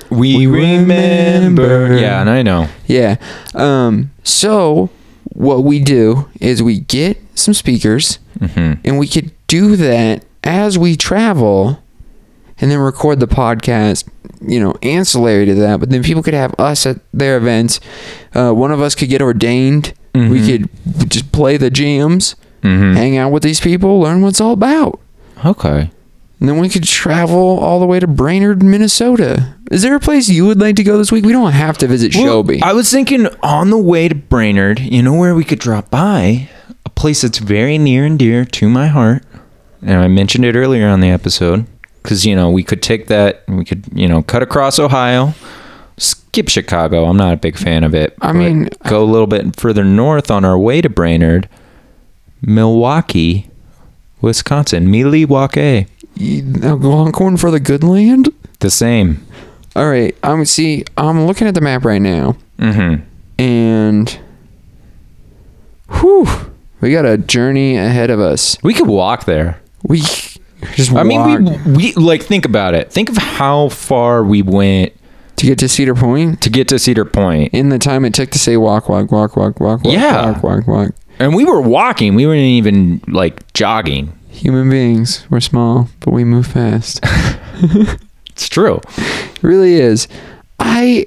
[SPEAKER 1] We,
[SPEAKER 2] We
[SPEAKER 1] remember.
[SPEAKER 2] remember.
[SPEAKER 1] Yeah, and I know.
[SPEAKER 2] Yeah. Um, so, what we do is we get some speakers
[SPEAKER 1] Mm-hmm.
[SPEAKER 2] and we could do that as we travel and then record the podcast you know ancillary to that but then people could have us at their events uh, one of us could get ordained we
[SPEAKER 1] Mhm.
[SPEAKER 2] could just play the jams
[SPEAKER 1] Mm-hmm.
[SPEAKER 2] hang out with these people learn what's all about
[SPEAKER 1] Okay.
[SPEAKER 2] and then we could travel all the way to brainerd minnesota is there a place you would like to go this week we don't have to visit
[SPEAKER 1] Well,
[SPEAKER 2] shelby
[SPEAKER 1] I was thinking on the way to Brainerd, you know where we could drop by? A place that's very near and dear to my heart. And I mentioned it earlier on the episode. Because, you know, we could take that, and we could, you know, cut across Ohio, skip Chicago. I'm not a big fan of it.
[SPEAKER 2] I
[SPEAKER 1] but
[SPEAKER 2] mean-
[SPEAKER 1] go a little bit further north on our way to Brainerd, Milwaukee, Wisconsin, Milwaukee.
[SPEAKER 2] You- now go on corn for the good land
[SPEAKER 1] The same.
[SPEAKER 2] All right. I'm see. I'm looking at the map right now,
[SPEAKER 1] Mm-hmm.
[SPEAKER 2] and whew, we got a journey ahead of us.
[SPEAKER 1] We could walk there.
[SPEAKER 2] We just
[SPEAKER 1] I mean,
[SPEAKER 2] walk
[SPEAKER 1] we, we like think about it. Think of how far we went
[SPEAKER 2] to get to Cedar Point
[SPEAKER 1] to get to Cedar Point,
[SPEAKER 2] in the time it took to say walk, walk, walk, walk, walk, walk,
[SPEAKER 1] Yeah.
[SPEAKER 2] walk, walk, walk.
[SPEAKER 1] and we were walking. We weren't even like jogging.
[SPEAKER 2] Human beings, we're small, but we move fast.
[SPEAKER 1] It's true.
[SPEAKER 2] It really is. I.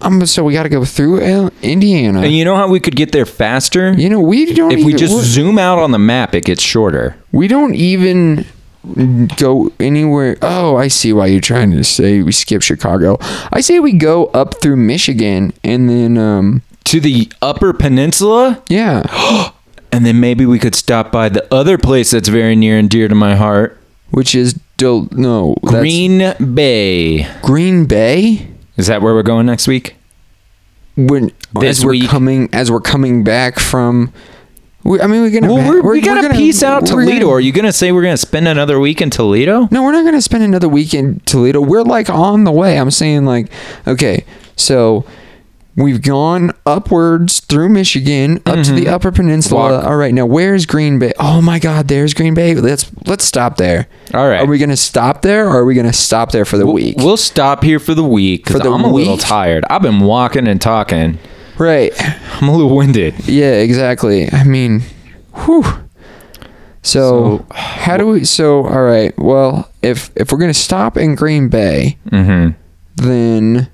[SPEAKER 2] Um, so we got to go through Il- Indiana.
[SPEAKER 1] And you know how we could get there faster?
[SPEAKER 2] You know, we don't.
[SPEAKER 1] If we
[SPEAKER 2] even-
[SPEAKER 1] just
[SPEAKER 2] we're-
[SPEAKER 1] zoom out on the map, it gets shorter.
[SPEAKER 2] we don't even go anywhere. Oh, I see why you're trying to say we skip Chicago. I say we go up through Michigan and then, um,
[SPEAKER 1] To the Upper Peninsula,
[SPEAKER 2] yeah,
[SPEAKER 1] and then maybe we could stop by the other place that's very near and dear to my heart,
[SPEAKER 2] which is Del- no that's
[SPEAKER 1] Green Bay.
[SPEAKER 2] Green Bay.
[SPEAKER 1] Is that where we're going next week?
[SPEAKER 2] When
[SPEAKER 1] This
[SPEAKER 2] as we're
[SPEAKER 1] week.
[SPEAKER 2] coming as we're coming back from, we, I mean, we're gonna
[SPEAKER 1] Well,
[SPEAKER 2] ba-
[SPEAKER 1] we're,
[SPEAKER 2] we're-
[SPEAKER 1] we got
[SPEAKER 2] we're
[SPEAKER 1] to
[SPEAKER 2] gonna-
[SPEAKER 1] piece out
[SPEAKER 2] we're
[SPEAKER 1] Toledo.
[SPEAKER 2] gonna-
[SPEAKER 1] Are you going to say we're going to spend another week in Toledo?
[SPEAKER 2] No, we're not going to spend another week in Toledo. We're like on the way. I'm saying like, okay, so we've gone upwards through Michigan up to the Upper Peninsula.
[SPEAKER 1] Mm-hmm. Walk.
[SPEAKER 2] All right, now where's Green Bay? Oh my God, there's Green Bay. Let's let's stop there.
[SPEAKER 1] All right.
[SPEAKER 2] Are we going to stop there? or Are we going to stop there for the week?
[SPEAKER 1] We'll stop here for the week because
[SPEAKER 2] For the
[SPEAKER 1] I'm a little
[SPEAKER 2] week?
[SPEAKER 1] tired. I've been walking and talking.
[SPEAKER 2] right.
[SPEAKER 1] I'm a little winded.
[SPEAKER 2] Yeah. Exactly. I mean, whew. So, how do we? So all right. Well, if if we're going to stop in Green Bay.
[SPEAKER 1] Mm-hmm.
[SPEAKER 2] then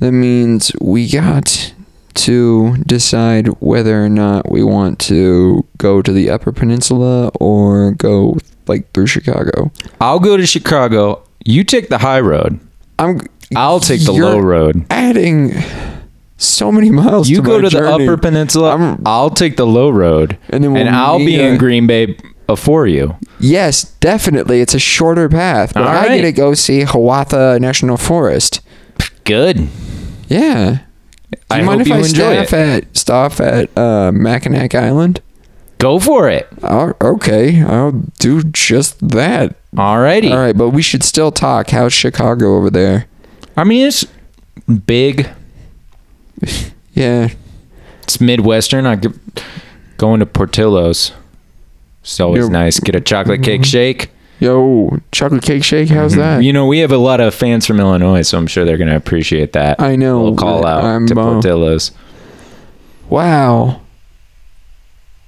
[SPEAKER 2] that means we got to decide whether or not we want to go to the Upper Peninsula or go like through Chicago.
[SPEAKER 1] I'll go to Chicago. You take the high road.
[SPEAKER 2] I'm.
[SPEAKER 1] I'll take the
[SPEAKER 2] you're
[SPEAKER 1] low road.
[SPEAKER 2] Adding so many miles.
[SPEAKER 1] You
[SPEAKER 2] to
[SPEAKER 1] go
[SPEAKER 2] my
[SPEAKER 1] to
[SPEAKER 2] journey.
[SPEAKER 1] the Upper Peninsula.
[SPEAKER 2] I'm-
[SPEAKER 1] i will take the low road,
[SPEAKER 2] And then we'll uh,
[SPEAKER 1] and I'll be
[SPEAKER 2] meet
[SPEAKER 1] in
[SPEAKER 2] at-
[SPEAKER 1] Green Bay before you.
[SPEAKER 2] Yes, definitely. It's a shorter path, but
[SPEAKER 1] All
[SPEAKER 2] I
[SPEAKER 1] right.
[SPEAKER 2] get to go see Hiawatha National Forest.
[SPEAKER 1] Good.
[SPEAKER 2] Yeah. Do
[SPEAKER 1] I
[SPEAKER 2] you
[SPEAKER 1] hope
[SPEAKER 2] mind if
[SPEAKER 1] you
[SPEAKER 2] I
[SPEAKER 1] enjoy
[SPEAKER 2] staff
[SPEAKER 1] it.
[SPEAKER 2] at stop at uh, Mackinac Island?
[SPEAKER 1] Go for it.
[SPEAKER 2] Oh, okay, I'll do just that.
[SPEAKER 1] Alrighty.
[SPEAKER 2] All right, but we should still talk. How's Chicago over there?
[SPEAKER 1] I mean, it's big.
[SPEAKER 2] Yeah,
[SPEAKER 1] It's Midwestern. I get going to Portillo's. It's always
[SPEAKER 2] You're- Mm-hmm.
[SPEAKER 1] nice. Get a chocolate cake shake.
[SPEAKER 2] yo, chocolate cake shake. How's that?
[SPEAKER 1] Mm-hmm. You know, we have a lot of fans from Illinois, so I'm sure they're going to appreciate that.
[SPEAKER 2] I know.
[SPEAKER 1] We'll call out
[SPEAKER 2] I'm,
[SPEAKER 1] to
[SPEAKER 2] uh,
[SPEAKER 1] Portillo's.
[SPEAKER 2] Wow.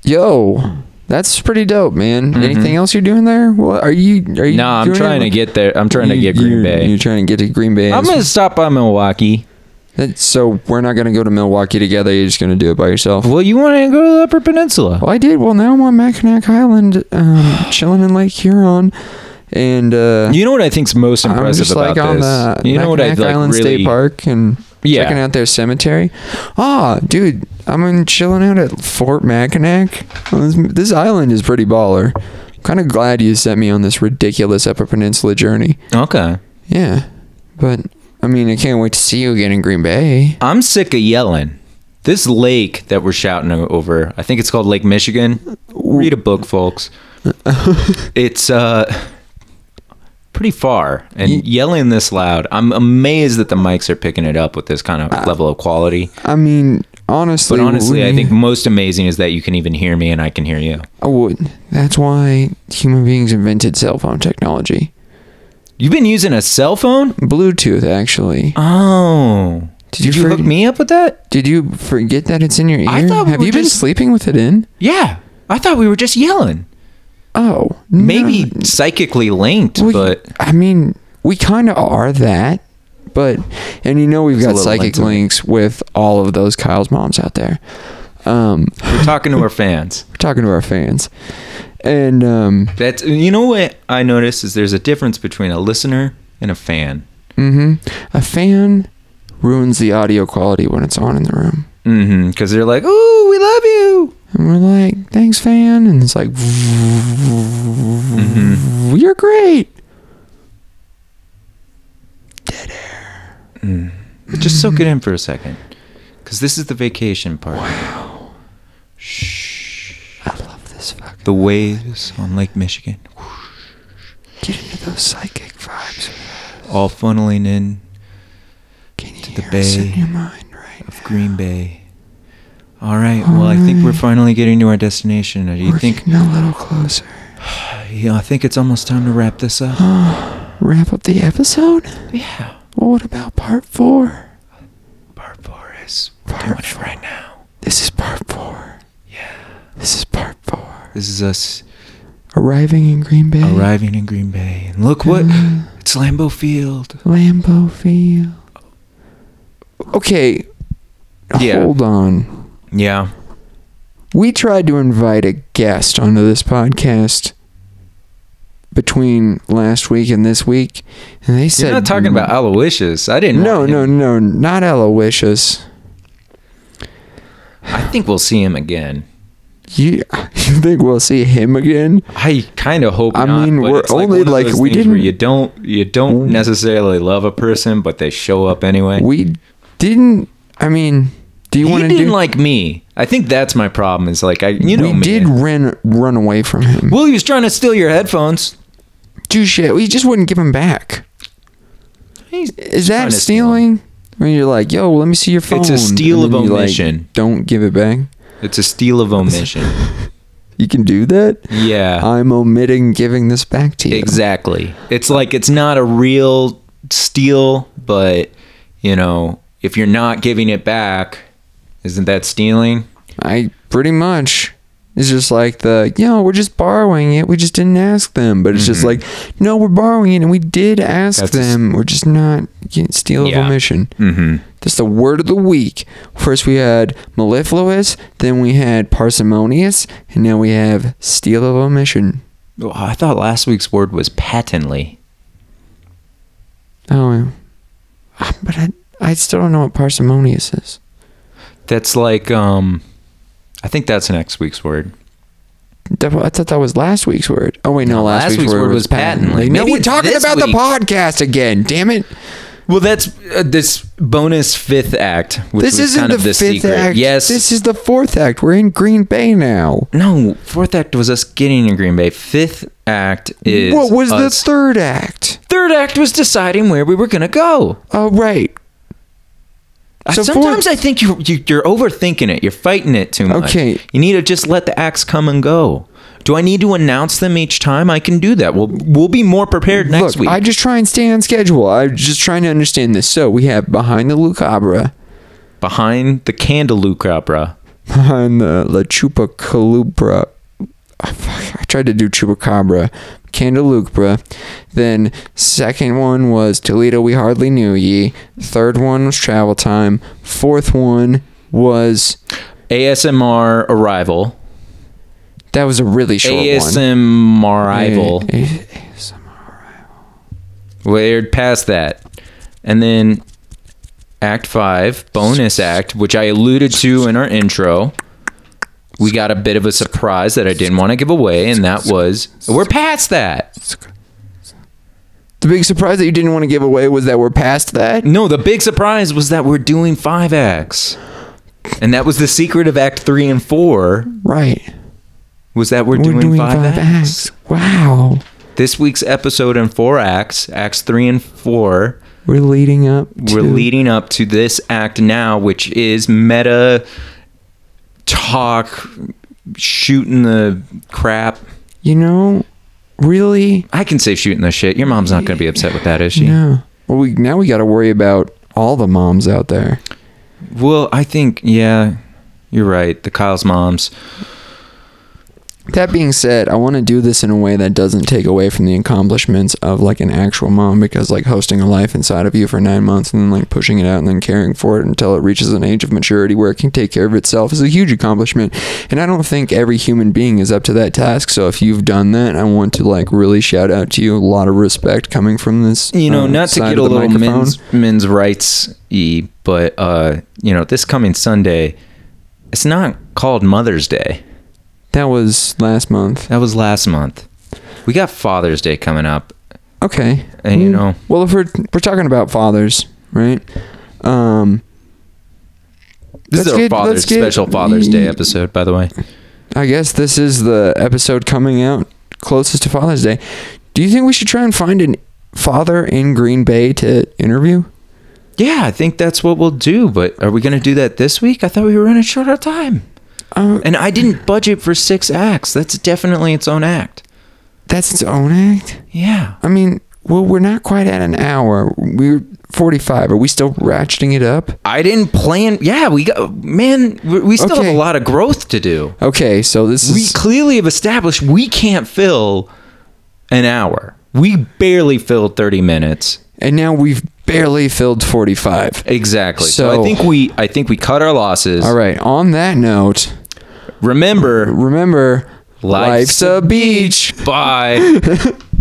[SPEAKER 2] Yo, that's pretty dope, man. Anything else you're doing there? What are you? Are you?
[SPEAKER 1] No, Mm-hmm. I'm
[SPEAKER 2] doing
[SPEAKER 1] trying
[SPEAKER 2] it-
[SPEAKER 1] to get there. I'm trying to
[SPEAKER 2] You-
[SPEAKER 1] get Green
[SPEAKER 2] you're-
[SPEAKER 1] Bay.
[SPEAKER 2] You're trying to get to Green Bay.
[SPEAKER 1] I'm
[SPEAKER 2] as-
[SPEAKER 1] going to stop by Milwaukee.
[SPEAKER 2] That- so we're not gonna go to Milwaukee together. You're just gonna do it by yourself.
[SPEAKER 1] Well, you want to go to the Upper Peninsula.
[SPEAKER 2] Well, I did. Well, now I'm on Mackinac Island, um, chilling in Lake Huron, and uh,
[SPEAKER 1] You know what I think's most
[SPEAKER 2] I'm
[SPEAKER 1] impressive
[SPEAKER 2] just
[SPEAKER 1] about
[SPEAKER 2] like on
[SPEAKER 1] this?
[SPEAKER 2] the
[SPEAKER 1] you know what I
[SPEAKER 2] Mackinac
[SPEAKER 1] like
[SPEAKER 2] Island
[SPEAKER 1] really?
[SPEAKER 2] State Park and
[SPEAKER 1] Yeah.
[SPEAKER 2] checking out their cemetery. Ah, dude, I'm in chilling out at Fort Mackinac. This, this island is pretty baller. I'm kind of glad you sent me on this ridiculous Upper Peninsula journey.
[SPEAKER 1] Okay.
[SPEAKER 2] Yeah, but I mean, I can't wait to see you again in Green Bay.
[SPEAKER 1] I'm sick of yelling. This lake that we're shouting o- over, I think it's called Lake Michigan. Read a book, folks. it's uh pretty far and
[SPEAKER 2] Ye-
[SPEAKER 1] yelling this loud. I'm amazed that the mics are picking it up with this kind of
[SPEAKER 2] Ah.
[SPEAKER 1] level of quality.
[SPEAKER 2] I mean, honestly,
[SPEAKER 1] But honestly, I
[SPEAKER 2] we-
[SPEAKER 1] think most amazing is that you can even hear me and I can hear you.
[SPEAKER 2] I would. That's why human beings invented cell phone technology,
[SPEAKER 1] You've been using a cell phone?
[SPEAKER 2] Bluetooth, actually.
[SPEAKER 1] Oh.
[SPEAKER 2] Did you
[SPEAKER 1] Did you hook
[SPEAKER 2] forget-
[SPEAKER 1] me up with that?
[SPEAKER 2] Did you forget that it's in your ear?
[SPEAKER 1] I thought we
[SPEAKER 2] Have
[SPEAKER 1] were
[SPEAKER 2] you been
[SPEAKER 1] just-
[SPEAKER 2] sleeping with it in?
[SPEAKER 1] Yeah. I thought we were just yelling.
[SPEAKER 2] Oh,
[SPEAKER 1] Maybe
[SPEAKER 2] no.
[SPEAKER 1] psychically linked,
[SPEAKER 2] Well,
[SPEAKER 1] but
[SPEAKER 2] I mean, we kind of are that, but and you know we've
[SPEAKER 1] It's a
[SPEAKER 2] got
[SPEAKER 1] little
[SPEAKER 2] psychic
[SPEAKER 1] linked to me.
[SPEAKER 2] links with all of those Kyle's moms out there. Um,
[SPEAKER 1] we're talking to our fans.
[SPEAKER 2] we're talking to our fans, and um,
[SPEAKER 1] That's you know what I notice is there's a difference between a listener and a fan.
[SPEAKER 2] mhm. a fan ruins the audio quality when it's on in the room,
[SPEAKER 1] Mm-hmm. Because they're like, "Ooh, we love you."
[SPEAKER 2] and we're like, "Thanks, fan," and it's like,
[SPEAKER 1] Mm-hmm.
[SPEAKER 2] "You're great."
[SPEAKER 1] Just soak it in for a second, because this is the vacation part. Wow. Shh.
[SPEAKER 2] I love this fucking.
[SPEAKER 1] The waves on Lake Michigan.
[SPEAKER 2] Get into those psychic vibes.
[SPEAKER 1] all funneling in
[SPEAKER 2] Can you
[SPEAKER 1] To the
[SPEAKER 2] hear us in
[SPEAKER 1] bay
[SPEAKER 2] your mind right
[SPEAKER 1] of
[SPEAKER 2] now?
[SPEAKER 1] Green Bay. All right. Well, I think we're
[SPEAKER 2] Alright.
[SPEAKER 1] finally getting to our destination. Do you
[SPEAKER 2] We're
[SPEAKER 1] think?
[SPEAKER 2] getting a little closer.
[SPEAKER 1] Yeah, I think it's almost time to wrap this up.
[SPEAKER 2] Wrap up the episode?
[SPEAKER 1] Yeah.
[SPEAKER 2] Well, what about part four?
[SPEAKER 1] Part four is we're
[SPEAKER 2] Part
[SPEAKER 1] doing it right now.
[SPEAKER 2] This is part four.
[SPEAKER 1] Yeah.
[SPEAKER 2] This is part four.
[SPEAKER 1] This is us
[SPEAKER 2] Arriving in Green Bay.
[SPEAKER 1] arriving in Green Bay, and look what
[SPEAKER 2] Uh,
[SPEAKER 1] it's Lambeau Field.
[SPEAKER 2] Lambeau Field. Okay.
[SPEAKER 1] Yeah.
[SPEAKER 2] Hold on.
[SPEAKER 1] Yeah.
[SPEAKER 2] We tried to invite a guest onto this podcast between last week and this week, and they said
[SPEAKER 1] You're not talking about Aloysius. I didn't.
[SPEAKER 2] No,
[SPEAKER 1] want
[SPEAKER 2] no,
[SPEAKER 1] him.
[SPEAKER 2] no, not Aloysius.
[SPEAKER 1] I think we'll see him again.
[SPEAKER 2] You, you think we'll see him again?
[SPEAKER 1] I kind of hope.
[SPEAKER 2] I
[SPEAKER 1] not,
[SPEAKER 2] mean,
[SPEAKER 1] but
[SPEAKER 2] we're
[SPEAKER 1] it's like
[SPEAKER 2] only,
[SPEAKER 1] one of
[SPEAKER 2] like,
[SPEAKER 1] those
[SPEAKER 2] we
[SPEAKER 1] things where
[SPEAKER 2] didn't- Mm.
[SPEAKER 1] you don't you don't necessarily love a person, but they show up anyway.
[SPEAKER 2] We didn't. I mean, do you
[SPEAKER 1] he
[SPEAKER 2] want to
[SPEAKER 1] didn't
[SPEAKER 2] do?
[SPEAKER 1] like me. I think that's my problem. Is like I, you know,
[SPEAKER 2] we
[SPEAKER 1] me.
[SPEAKER 2] did run run away from him.
[SPEAKER 1] Well, he was trying to steal your headphones.
[SPEAKER 2] Do shit. We just wouldn't give him back.
[SPEAKER 1] He's
[SPEAKER 2] Is
[SPEAKER 1] trying to
[SPEAKER 2] that
[SPEAKER 1] steal 'em.
[SPEAKER 2] stealing? When you're like, yo, let me see your phone.
[SPEAKER 1] It's a steal
[SPEAKER 2] and
[SPEAKER 1] of
[SPEAKER 2] then you, like,
[SPEAKER 1] omission.
[SPEAKER 2] don't give it back.
[SPEAKER 1] It's a steal of omission.
[SPEAKER 2] You can do that.
[SPEAKER 1] yeah,
[SPEAKER 2] I'm omitting giving this back to you.
[SPEAKER 1] exactly. It's like it's not a real steal, but you know, if you're not giving it back, isn't that stealing?
[SPEAKER 2] I pretty much. It's just like the, you know, we're just borrowing it. We just didn't ask them. But it's just like, no, we're borrowing it and we did ask
[SPEAKER 1] Mm-hmm. That's a s-
[SPEAKER 2] them. we're just not getting steal
[SPEAKER 1] Yeah.
[SPEAKER 2] of omission.
[SPEAKER 1] Mm-hmm.
[SPEAKER 2] That's the word of the week. First we had mellifluous, then we had parsimonious, and now we have steal of omission.
[SPEAKER 1] Oh, I thought last week's word was patently.
[SPEAKER 2] Oh, yeah. Ah, but I, I still don't know what parsimonious is.
[SPEAKER 1] That's like um, I think that's next week's word.
[SPEAKER 2] That, I thought that was last week's word. Oh wait, no, last, week's, word was patently. No,
[SPEAKER 1] Maybe
[SPEAKER 2] we're
[SPEAKER 1] it's
[SPEAKER 2] talking
[SPEAKER 1] this
[SPEAKER 2] about the
[SPEAKER 1] week.
[SPEAKER 2] podcast again. Damn it!
[SPEAKER 1] Well, that's uh, this bonus fifth act, which
[SPEAKER 2] this
[SPEAKER 1] was
[SPEAKER 2] isn't
[SPEAKER 1] kind
[SPEAKER 2] the
[SPEAKER 1] of the
[SPEAKER 2] fifth
[SPEAKER 1] secret.
[SPEAKER 2] act.
[SPEAKER 1] Yes,
[SPEAKER 2] this is the fourth act. We're in Green Bay now.
[SPEAKER 1] no fourth act was us getting in Green Bay. Fifth act is
[SPEAKER 2] what was the
[SPEAKER 1] us-
[SPEAKER 2] third act?
[SPEAKER 1] third act was deciding where we were gonna go.
[SPEAKER 2] Oh right.
[SPEAKER 1] I-
[SPEAKER 2] So
[SPEAKER 1] Sometimes
[SPEAKER 2] fourth-
[SPEAKER 1] I think you, you you're overthinking it. You're fighting it too much.
[SPEAKER 2] Okay.
[SPEAKER 1] you need to just let the acts come and go. Do I need to announce them each time? I can do that. We'll we'll be more prepared next
[SPEAKER 2] Look,
[SPEAKER 1] week.
[SPEAKER 2] I just try and stay on schedule. I'm just trying to understand this. So we have behind the Lucabra,
[SPEAKER 1] Behind the candelabra.
[SPEAKER 2] behind the uh, La Chupa Calubra. I fuck, I tried to do Chupacabra, Candelubra. Then second one was Toledo. We hardly knew ye. Third one was Travel Time. Fourth one was
[SPEAKER 1] ASMR arrival.
[SPEAKER 2] that was a really short one.
[SPEAKER 1] ASMR arrival.
[SPEAKER 2] Eh, eh,
[SPEAKER 1] We're past that. And then Act 5, bonus act, which I alluded to in our intro. We got a bit of a surprise that I didn't want to give away, and that was we're past that.
[SPEAKER 2] The big surprise that you didn't want to give away was that we're past that.
[SPEAKER 1] No, the big surprise was that we're doing five acts. And that was the secret of Act 3 and 4
[SPEAKER 2] Right.
[SPEAKER 1] was that we're,
[SPEAKER 2] We're
[SPEAKER 1] doing,
[SPEAKER 2] doing,
[SPEAKER 1] five, acts.
[SPEAKER 2] Wow.
[SPEAKER 1] This week's episode in four acts, Acts 3 and 4,
[SPEAKER 2] We're leading up. To,
[SPEAKER 1] we're leading up to this act now, which is meta talk, shooting the crap.
[SPEAKER 2] You know, really.
[SPEAKER 1] I can say shooting the shit. Your mom's not going to be upset with that, is she?
[SPEAKER 2] No. Well, we now we got to worry about all the moms out there.
[SPEAKER 1] Well, I think yeah, you're right. The Kyle's moms.
[SPEAKER 2] That being said, I want to do this in a way that doesn't take away from the accomplishments of like an actual mom because like hosting a life inside of you for 9 months and then like pushing it out and then caring for it until it reaches an age of maturity where it can take care of itself is a huge accomplishment. And I don't think every human being is up to that task. So if you've done that, I want to like really shout out to you. A lot of respect coming from this.
[SPEAKER 1] You know,
[SPEAKER 2] uh,
[SPEAKER 1] not to
[SPEAKER 2] side
[SPEAKER 1] get
[SPEAKER 2] of
[SPEAKER 1] a
[SPEAKER 2] the
[SPEAKER 1] little
[SPEAKER 2] microphone.
[SPEAKER 1] men's men's rights y, but uh, you know, this coming Sunday, it's not called Mother's Day.
[SPEAKER 2] That was last month.
[SPEAKER 1] That was last month. We got Father's Day coming up,
[SPEAKER 2] Okay.
[SPEAKER 1] and you
[SPEAKER 2] Mm.
[SPEAKER 1] know,
[SPEAKER 2] Well, if we're we're talking about fathers, right? Um,
[SPEAKER 1] this
[SPEAKER 2] Let's
[SPEAKER 1] is our
[SPEAKER 2] get-
[SPEAKER 1] Father's
[SPEAKER 2] let's get-
[SPEAKER 1] special Father's Day episode, by the way.
[SPEAKER 2] I guess this is the episode coming out closest to Father's Day. Do you think we should try and find an father in Green Bay to interview?
[SPEAKER 1] Yeah, I think that's what we'll do. But are we going to do that this week? I thought we were running short on time.
[SPEAKER 2] Uh,
[SPEAKER 1] And I didn't budget for six acts. That's definitely its own act.
[SPEAKER 2] that's its own act.
[SPEAKER 1] Yeah.
[SPEAKER 2] I mean, well, we're not quite at an hour. We're 45. Are we still ratcheting it up?
[SPEAKER 1] I didn't plan. Yeah, we got. Man, we we still have
[SPEAKER 2] Okay.
[SPEAKER 1] a lot of growth to do.
[SPEAKER 2] Okay, so this
[SPEAKER 1] We
[SPEAKER 2] is
[SPEAKER 1] clearly have established we can't fill an hour. We barely filled 30 minutes.
[SPEAKER 2] and now we've barely filled 45.
[SPEAKER 1] Exactly. So,
[SPEAKER 2] So-
[SPEAKER 1] I think we I think we cut our losses.
[SPEAKER 2] All right, on that note,
[SPEAKER 1] Remember,
[SPEAKER 2] remember
[SPEAKER 1] Life's
[SPEAKER 2] life's a beach.
[SPEAKER 1] bye.